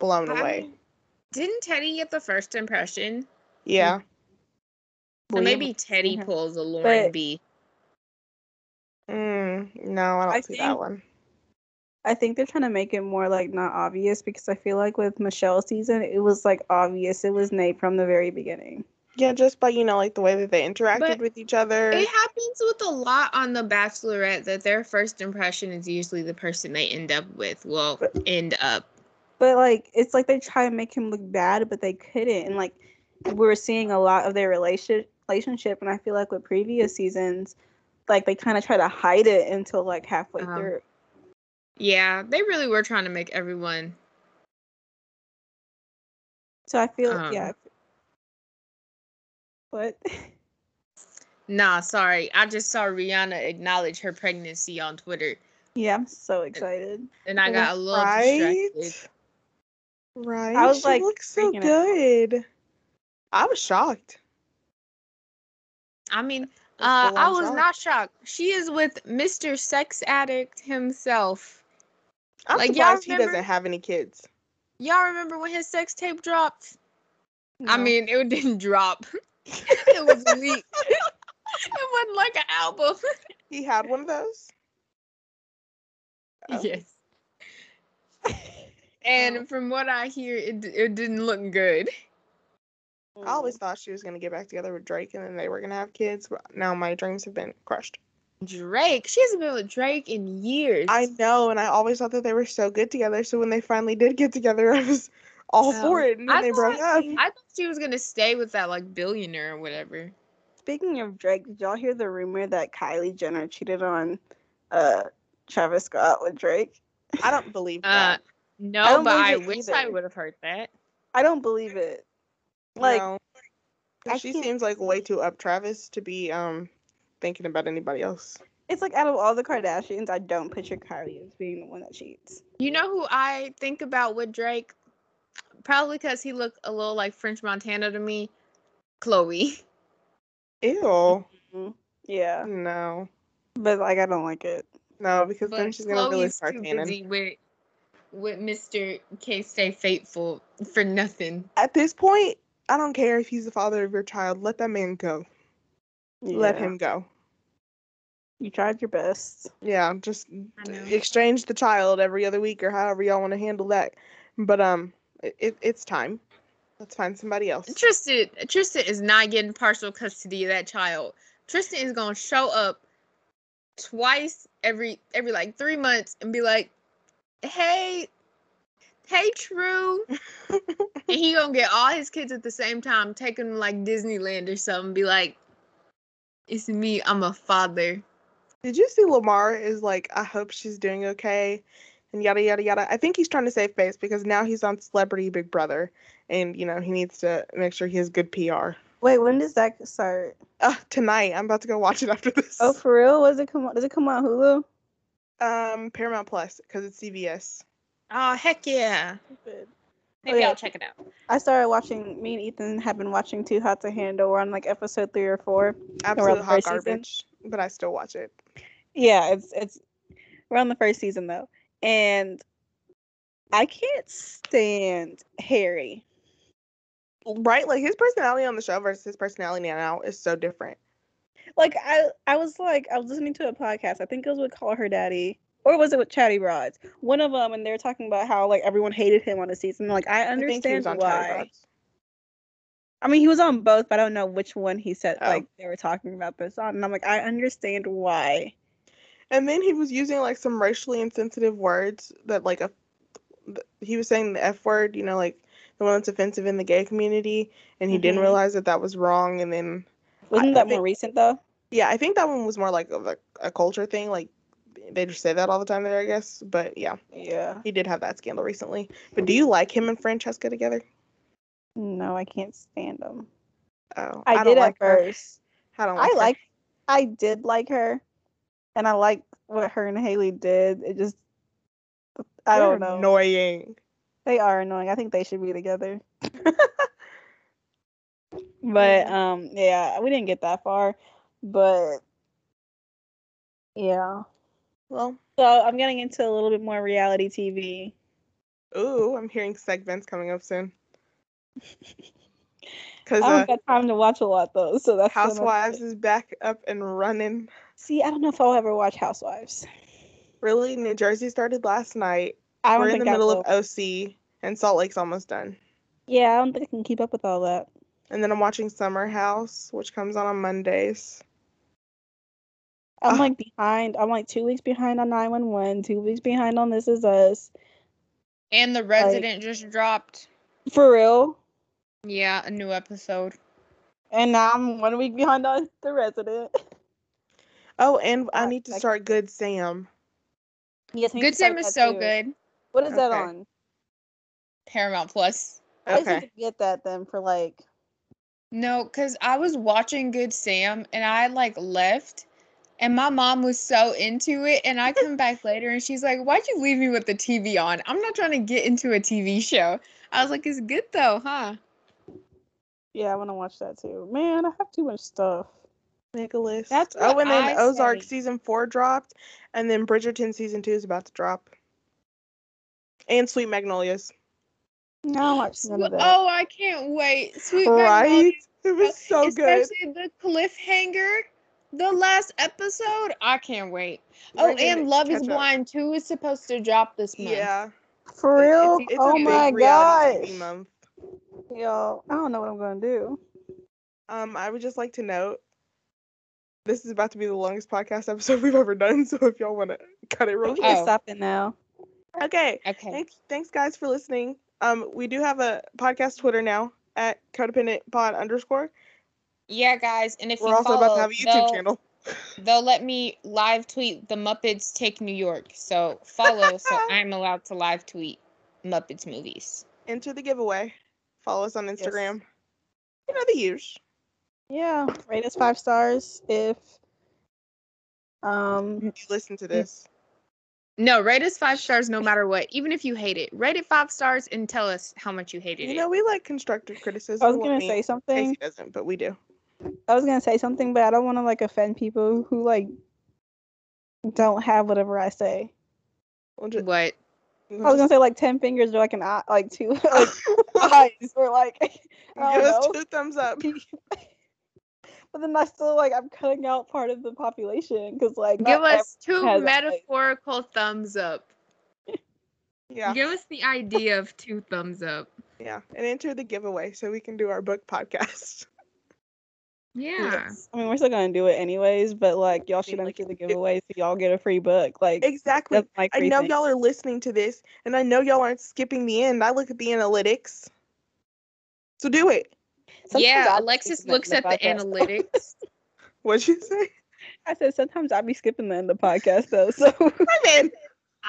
[SPEAKER 3] blown away.
[SPEAKER 1] Mm.
[SPEAKER 2] I- Didn't Teddy get the first impression?
[SPEAKER 3] Yeah.
[SPEAKER 2] So
[SPEAKER 1] Well, yeah,
[SPEAKER 2] maybe Teddy
[SPEAKER 1] Mhm.
[SPEAKER 2] pulls a Lauren
[SPEAKER 1] But-
[SPEAKER 2] B.
[SPEAKER 3] Mm, no, I don't
[SPEAKER 1] I
[SPEAKER 3] see that
[SPEAKER 1] think-
[SPEAKER 3] one.
[SPEAKER 1] I think they're trying to make it more like not obvious because I feel like with Michelle's season, it was like obvious it was Nate from the very beginning.
[SPEAKER 3] Yeah, just by you know, like the way that they interacted
[SPEAKER 2] But
[SPEAKER 3] with each other.
[SPEAKER 2] It happens with a lot on The Bachelorette that their first impression is usually the person they end up with. Well, end up.
[SPEAKER 1] But like, it's like they try to make him look bad, but they couldn't. And like, we're seeing a lot of their relationship, relationship, and I feel like with previous seasons, like they kind of try to hide it until like halfway
[SPEAKER 2] Uh-huh.
[SPEAKER 1] through.
[SPEAKER 2] Yeah, they really were trying to make everyone.
[SPEAKER 1] So I feel,
[SPEAKER 2] Um.
[SPEAKER 1] yeah. What?
[SPEAKER 2] Nah, sorry. I just saw Rihanna acknowledge her pregnancy on Twitter,
[SPEAKER 1] [laughs] yeah, I'm so excited.
[SPEAKER 2] and I got a little
[SPEAKER 3] right?
[SPEAKER 2] distracted.
[SPEAKER 3] Right.
[SPEAKER 1] I was,
[SPEAKER 3] she
[SPEAKER 1] like,
[SPEAKER 3] looks so
[SPEAKER 1] freaking out.
[SPEAKER 3] good. I was shocked.
[SPEAKER 2] I mean,
[SPEAKER 3] was
[SPEAKER 2] uh,
[SPEAKER 3] full
[SPEAKER 2] I
[SPEAKER 3] on
[SPEAKER 2] was
[SPEAKER 3] shock.
[SPEAKER 2] not shocked. She is with Mr. Sex Addict himself.
[SPEAKER 3] I'm
[SPEAKER 2] Like, y'all
[SPEAKER 3] surprised he
[SPEAKER 2] remember-
[SPEAKER 3] doesn't have any kids.
[SPEAKER 2] Y'all remember when his sex tape dropped? I
[SPEAKER 1] No.
[SPEAKER 2] mean, it [laughs] didn't drop. it
[SPEAKER 3] [laughs]
[SPEAKER 2] was leaked. it wasn't like an album.
[SPEAKER 3] He had one of those. Oh.
[SPEAKER 2] Yes. and from what I hear, it d- it didn't look good.
[SPEAKER 3] I always thought she was gonna get back together with Drake, and then they were gonna have kids. But now my dreams have been crushed.
[SPEAKER 2] Drake, she hasn't been with Drake in years.
[SPEAKER 3] I know, and I always thought that they were so good together. So when they finally did get together, [laughs] I was all
[SPEAKER 2] No.
[SPEAKER 3] for it. And then
[SPEAKER 2] I
[SPEAKER 3] they broke
[SPEAKER 2] thought-
[SPEAKER 3] up.
[SPEAKER 2] I thought she was gonna stay with that like billionaire or whatever.
[SPEAKER 1] Speaking of Drake, did y'all hear the rumor that Kylie Jenner cheated on uh Travis Scott with Drake?
[SPEAKER 3] I don't believe
[SPEAKER 2] Uh,
[SPEAKER 3] that.
[SPEAKER 2] no,
[SPEAKER 1] I don't
[SPEAKER 2] but
[SPEAKER 1] believe
[SPEAKER 2] I
[SPEAKER 1] it
[SPEAKER 2] wish
[SPEAKER 1] either.
[SPEAKER 2] I would have heard that.
[SPEAKER 1] I don't believe it. Like
[SPEAKER 3] No.
[SPEAKER 1] I
[SPEAKER 3] she
[SPEAKER 1] can't-
[SPEAKER 3] seems like way too up Travis to be um thinking about anybody else.
[SPEAKER 1] it's like out of all the Kardashians, I don't picture Kylie as being the one that cheats.
[SPEAKER 2] You know who I think about with Drake? Probably because he looked a little like French Montana to me. Chloe.
[SPEAKER 3] Ew.
[SPEAKER 1] Yeah,
[SPEAKER 3] No.
[SPEAKER 1] but like I don't like it.
[SPEAKER 3] No, because then
[SPEAKER 2] But
[SPEAKER 3] she's gonna really
[SPEAKER 2] Chloe's
[SPEAKER 3] start
[SPEAKER 2] too
[SPEAKER 3] tanning.
[SPEAKER 2] busy with with Mr. K Stay Faithful for nothing.
[SPEAKER 3] At this point, I don't care if he's the father of your child. Let that man go. Let
[SPEAKER 1] Yeah.
[SPEAKER 3] him go.
[SPEAKER 1] You tried your best.
[SPEAKER 3] Yeah, just
[SPEAKER 2] I know.
[SPEAKER 3] exchange the child every other week or however y'all want to handle that. But um, it, it it's time. Let's find somebody else.
[SPEAKER 2] Tristan Tristan is not getting partial custody of that child. Tristan is gonna show up twice every every like three months and be like, Hey, hey [laughs] True and he gonna get all his kids at the same time, take them to like Disneyland or something, be like, It's me, I'm a father.
[SPEAKER 3] Did you see Lamar is like, I hope she's doing okay, and yada yada yada. I think he's trying to save face because now he's on Celebrity Big Brother, and you know he needs to make sure he has good PR.
[SPEAKER 1] Wait, when does that start?
[SPEAKER 3] Uh, tonight, I'm about to go watch it after this.
[SPEAKER 1] Oh, for real? Was it come? on- Does it come on Hulu?
[SPEAKER 3] Um, Paramount Plus because it's CBS.
[SPEAKER 2] Oh heck yeah.
[SPEAKER 1] Maybe I'll
[SPEAKER 2] check it out.
[SPEAKER 1] I started watching. Me and Ethan have been watching Too Hot to Handle. We're on like episode three or four.
[SPEAKER 3] Absolute
[SPEAKER 1] the
[SPEAKER 3] hot
[SPEAKER 1] first season?
[SPEAKER 3] garbage, but I still watch it.
[SPEAKER 1] Yeah, it's it's we're on the first season though, and I can't stand Harry.
[SPEAKER 3] Right, like his personality on the show versus his personality now is so different.
[SPEAKER 1] like I I was like I was listening to a podcast. I think it was with Call Her Daddy. Or was it with Chatty Rods? One of them, and they were talking about how like everyone hated him on the season. Like I
[SPEAKER 3] I think
[SPEAKER 1] understand
[SPEAKER 3] he was on
[SPEAKER 1] why.
[SPEAKER 3] Charlie Broad's.
[SPEAKER 1] I mean, he was on both, but I don't know which one he said
[SPEAKER 3] Oh.
[SPEAKER 1] like they were talking about this on. And I'm like, I understand why.
[SPEAKER 3] And then he was using like some racially insensitive words that like a, th- he was saying the f word, you know, like the one that's offensive in the gay community, and he didn't
[SPEAKER 1] Mhm.
[SPEAKER 3] realize that that was wrong. And then
[SPEAKER 1] Wasn't
[SPEAKER 3] I
[SPEAKER 1] that more
[SPEAKER 3] think-
[SPEAKER 1] recent though?
[SPEAKER 3] yeah, I think that one was more like a, like a culture thing, like they just say that all the time there, I guess. But yeah,
[SPEAKER 1] Yeah.
[SPEAKER 3] he did have that scandal recently. But do you like him and Francesca together?
[SPEAKER 1] No, I can't stand him.
[SPEAKER 3] Oh,
[SPEAKER 1] I,
[SPEAKER 3] don't
[SPEAKER 1] did at
[SPEAKER 3] like her.
[SPEAKER 1] first.
[SPEAKER 3] I don't
[SPEAKER 1] I
[SPEAKER 3] like. her.
[SPEAKER 1] like. I did like her, and I liked what her and Haley did. It just. I
[SPEAKER 3] They're
[SPEAKER 1] don't know.
[SPEAKER 3] Annoying.
[SPEAKER 1] They are annoying. I think they should be together. [laughs] but um yeah, we didn't get that far. But yeah. [laughs]
[SPEAKER 3] Well,
[SPEAKER 1] So I'm getting into a little bit more reality TV.
[SPEAKER 3] ooh, I'm hearing segments coming
[SPEAKER 1] [laughs]
[SPEAKER 3] up soon. Because
[SPEAKER 1] I
[SPEAKER 3] uh,
[SPEAKER 1] don't got time to watch a lot though, so that's another-
[SPEAKER 3] Housewives is back up and running.
[SPEAKER 1] See, I don't know if I'll ever watch Housewives.
[SPEAKER 3] Really, New Jersey started last night.
[SPEAKER 1] I don't
[SPEAKER 3] We're in
[SPEAKER 1] think
[SPEAKER 3] the
[SPEAKER 1] I
[SPEAKER 3] middle
[SPEAKER 1] will.
[SPEAKER 3] of OC, and Salt Lake's almost done.
[SPEAKER 1] Yeah, I don't think I can keep up with all that.
[SPEAKER 3] And then I'm watching Summer House, which comes on on Mondays.
[SPEAKER 1] I'm
[SPEAKER 3] Ugh.
[SPEAKER 1] like behind. I'm like two weeks behind on 911, two weeks behind on This Is Us.
[SPEAKER 2] And the resident just dropped.
[SPEAKER 1] For real.
[SPEAKER 2] Yeah, a new episode.
[SPEAKER 1] And now I'm one week behind on The Resident. [laughs]
[SPEAKER 3] Oh, and I
[SPEAKER 1] Uh,
[SPEAKER 3] need to
[SPEAKER 1] like-
[SPEAKER 3] start Good Sam.
[SPEAKER 1] Yes, we need
[SPEAKER 2] Good
[SPEAKER 1] to start
[SPEAKER 2] Sam is
[SPEAKER 1] that
[SPEAKER 2] so
[SPEAKER 1] too.
[SPEAKER 2] good.
[SPEAKER 1] What is that
[SPEAKER 3] Okay.
[SPEAKER 1] on?
[SPEAKER 2] Paramount Plus.
[SPEAKER 1] I just need
[SPEAKER 3] Okay.
[SPEAKER 1] to get that then for like.
[SPEAKER 2] No, because I was watching Good Sam and I like left and my mom was so into it. And I come back later and she's like, Why'd you leave me with the TV on? I'm not trying to get into a TV show. I was like, It's good though, huh?
[SPEAKER 1] Yeah, I want to watch that too. Man, I have too much stuff.
[SPEAKER 3] Make a list.
[SPEAKER 2] That's
[SPEAKER 3] oh,
[SPEAKER 2] what
[SPEAKER 3] and then
[SPEAKER 2] I
[SPEAKER 3] Ozark
[SPEAKER 2] say.
[SPEAKER 3] season four dropped, and then Bridgerton season two is about to drop. And Sweet Magnolias.
[SPEAKER 1] No, I watch none of
[SPEAKER 2] Swe-
[SPEAKER 1] that.
[SPEAKER 2] Oh, I can't wait. Sweet
[SPEAKER 3] Right?
[SPEAKER 2] Magnolia,
[SPEAKER 3] It was Oh, so good.
[SPEAKER 2] Especially the cliffhanger, the last episode. I can't wait.
[SPEAKER 3] We're
[SPEAKER 2] oh,
[SPEAKER 3] gonna
[SPEAKER 2] and Love is
[SPEAKER 3] catch up.
[SPEAKER 2] Blind 2 is supposed to drop this month.
[SPEAKER 3] Yeah.
[SPEAKER 1] for
[SPEAKER 3] It-
[SPEAKER 1] real?
[SPEAKER 3] It's, it's
[SPEAKER 1] oh
[SPEAKER 3] a
[SPEAKER 1] my
[SPEAKER 3] big reality
[SPEAKER 1] gosh.
[SPEAKER 3] TV month.
[SPEAKER 1] Yo, I don't know what I'm gonna do.
[SPEAKER 3] Um, I would just like to note this is about to be the longest podcast episode we've ever done, [laughs] so if y'all want to cut it real
[SPEAKER 1] We
[SPEAKER 3] quick.
[SPEAKER 1] can
[SPEAKER 2] Oh.
[SPEAKER 1] stop it now.
[SPEAKER 3] Okay.
[SPEAKER 2] Okay.
[SPEAKER 3] Thanks, thanks guys for listening. Um, we do have a podcast Twitter now at codependent pod underscore.
[SPEAKER 2] Yeah, guys. And if
[SPEAKER 3] We're
[SPEAKER 2] you
[SPEAKER 3] also
[SPEAKER 2] follow,
[SPEAKER 3] about to have a YouTube
[SPEAKER 2] they'll-
[SPEAKER 3] channel.
[SPEAKER 2] They'll let me live tweet the Muppets Take New York. So follow [laughs] so I'm allowed to live tweet Muppets movies.
[SPEAKER 3] Enter the giveaway. Follow us on
[SPEAKER 1] Yes.
[SPEAKER 3] Instagram. You know the use.
[SPEAKER 1] Yeah, rate us five stars if.
[SPEAKER 3] [laughs]
[SPEAKER 1] Um.
[SPEAKER 3] You listen to this.
[SPEAKER 2] No, rate us five stars no matter what. Even if you hate it. Rate it five stars and tell us how much you hated
[SPEAKER 3] You know we like constructive criticism.
[SPEAKER 1] I was
[SPEAKER 3] Well,
[SPEAKER 1] gonna
[SPEAKER 3] me-
[SPEAKER 1] say something.
[SPEAKER 3] Casey doesn't, but we do.
[SPEAKER 1] I was gonna say something, but I don't want to like offend people who like don't have whatever I say.
[SPEAKER 3] We'll
[SPEAKER 2] it.
[SPEAKER 3] just,
[SPEAKER 2] What?
[SPEAKER 1] I was
[SPEAKER 3] Mm.
[SPEAKER 1] gonna say like ten fingers or like an eye, like two [laughs] like
[SPEAKER 3] [laughs]
[SPEAKER 1] eyes or like [laughs] I
[SPEAKER 3] give us
[SPEAKER 1] don't know.
[SPEAKER 3] two thumbs up.
[SPEAKER 1] But then I still like I'm cutting out part of the population because like
[SPEAKER 2] Give
[SPEAKER 1] not
[SPEAKER 2] us
[SPEAKER 1] has
[SPEAKER 2] two
[SPEAKER 1] eyes.
[SPEAKER 2] metaphorical thumbs up.
[SPEAKER 3] Yeah,
[SPEAKER 2] Give us the idea of two thumbs up.
[SPEAKER 3] yeah, and enter the giveaway so we can do our
[SPEAKER 1] [laughs]
[SPEAKER 3] book podcast.
[SPEAKER 1] every-
[SPEAKER 2] Yeah.
[SPEAKER 1] I mean, we're still gonna do it anyways, but like y'all should
[SPEAKER 3] mean, like,
[SPEAKER 1] enter the
[SPEAKER 3] it-
[SPEAKER 1] giveaway so y'all get a free book. Like
[SPEAKER 3] Exactly.
[SPEAKER 1] that's my
[SPEAKER 3] I know y'all are listening to this, and I know y'all aren't skipping the end. I look at the analytics, so do it.
[SPEAKER 2] yeah, Alexis looks at the [laughs] analytics.
[SPEAKER 3] What'd you [laughs] say?
[SPEAKER 1] I said sometimes I'll be skipping the end of the podcast though,
[SPEAKER 3] [laughs]
[SPEAKER 1] so [laughs]
[SPEAKER 3] I'm in.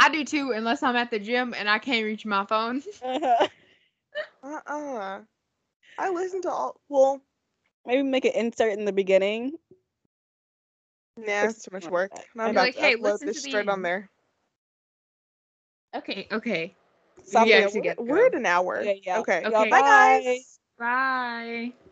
[SPEAKER 2] I do too, unless I'm at the gym and I can't reach my phone. [laughs]
[SPEAKER 1] uh
[SPEAKER 3] Uh uh I listen to all. Well,
[SPEAKER 1] maybe make an insert in the beginning.
[SPEAKER 3] nah, it's too much work. And I'm
[SPEAKER 1] You're
[SPEAKER 3] about
[SPEAKER 2] like,
[SPEAKER 3] to
[SPEAKER 2] "Hey,
[SPEAKER 3] upload
[SPEAKER 2] listen
[SPEAKER 3] this
[SPEAKER 2] to the
[SPEAKER 3] straight on
[SPEAKER 2] end."
[SPEAKER 3] there.
[SPEAKER 2] Okay, okay.
[SPEAKER 1] Stop
[SPEAKER 2] Yeah,
[SPEAKER 1] it.
[SPEAKER 2] actually
[SPEAKER 3] We're,
[SPEAKER 2] got to
[SPEAKER 3] we're at
[SPEAKER 2] go.
[SPEAKER 3] an hour.
[SPEAKER 1] Yeah, yeah.
[SPEAKER 3] Okay.
[SPEAKER 1] Y'all,
[SPEAKER 2] Okay.
[SPEAKER 3] Bye, guys.
[SPEAKER 1] bye.
[SPEAKER 2] Bye.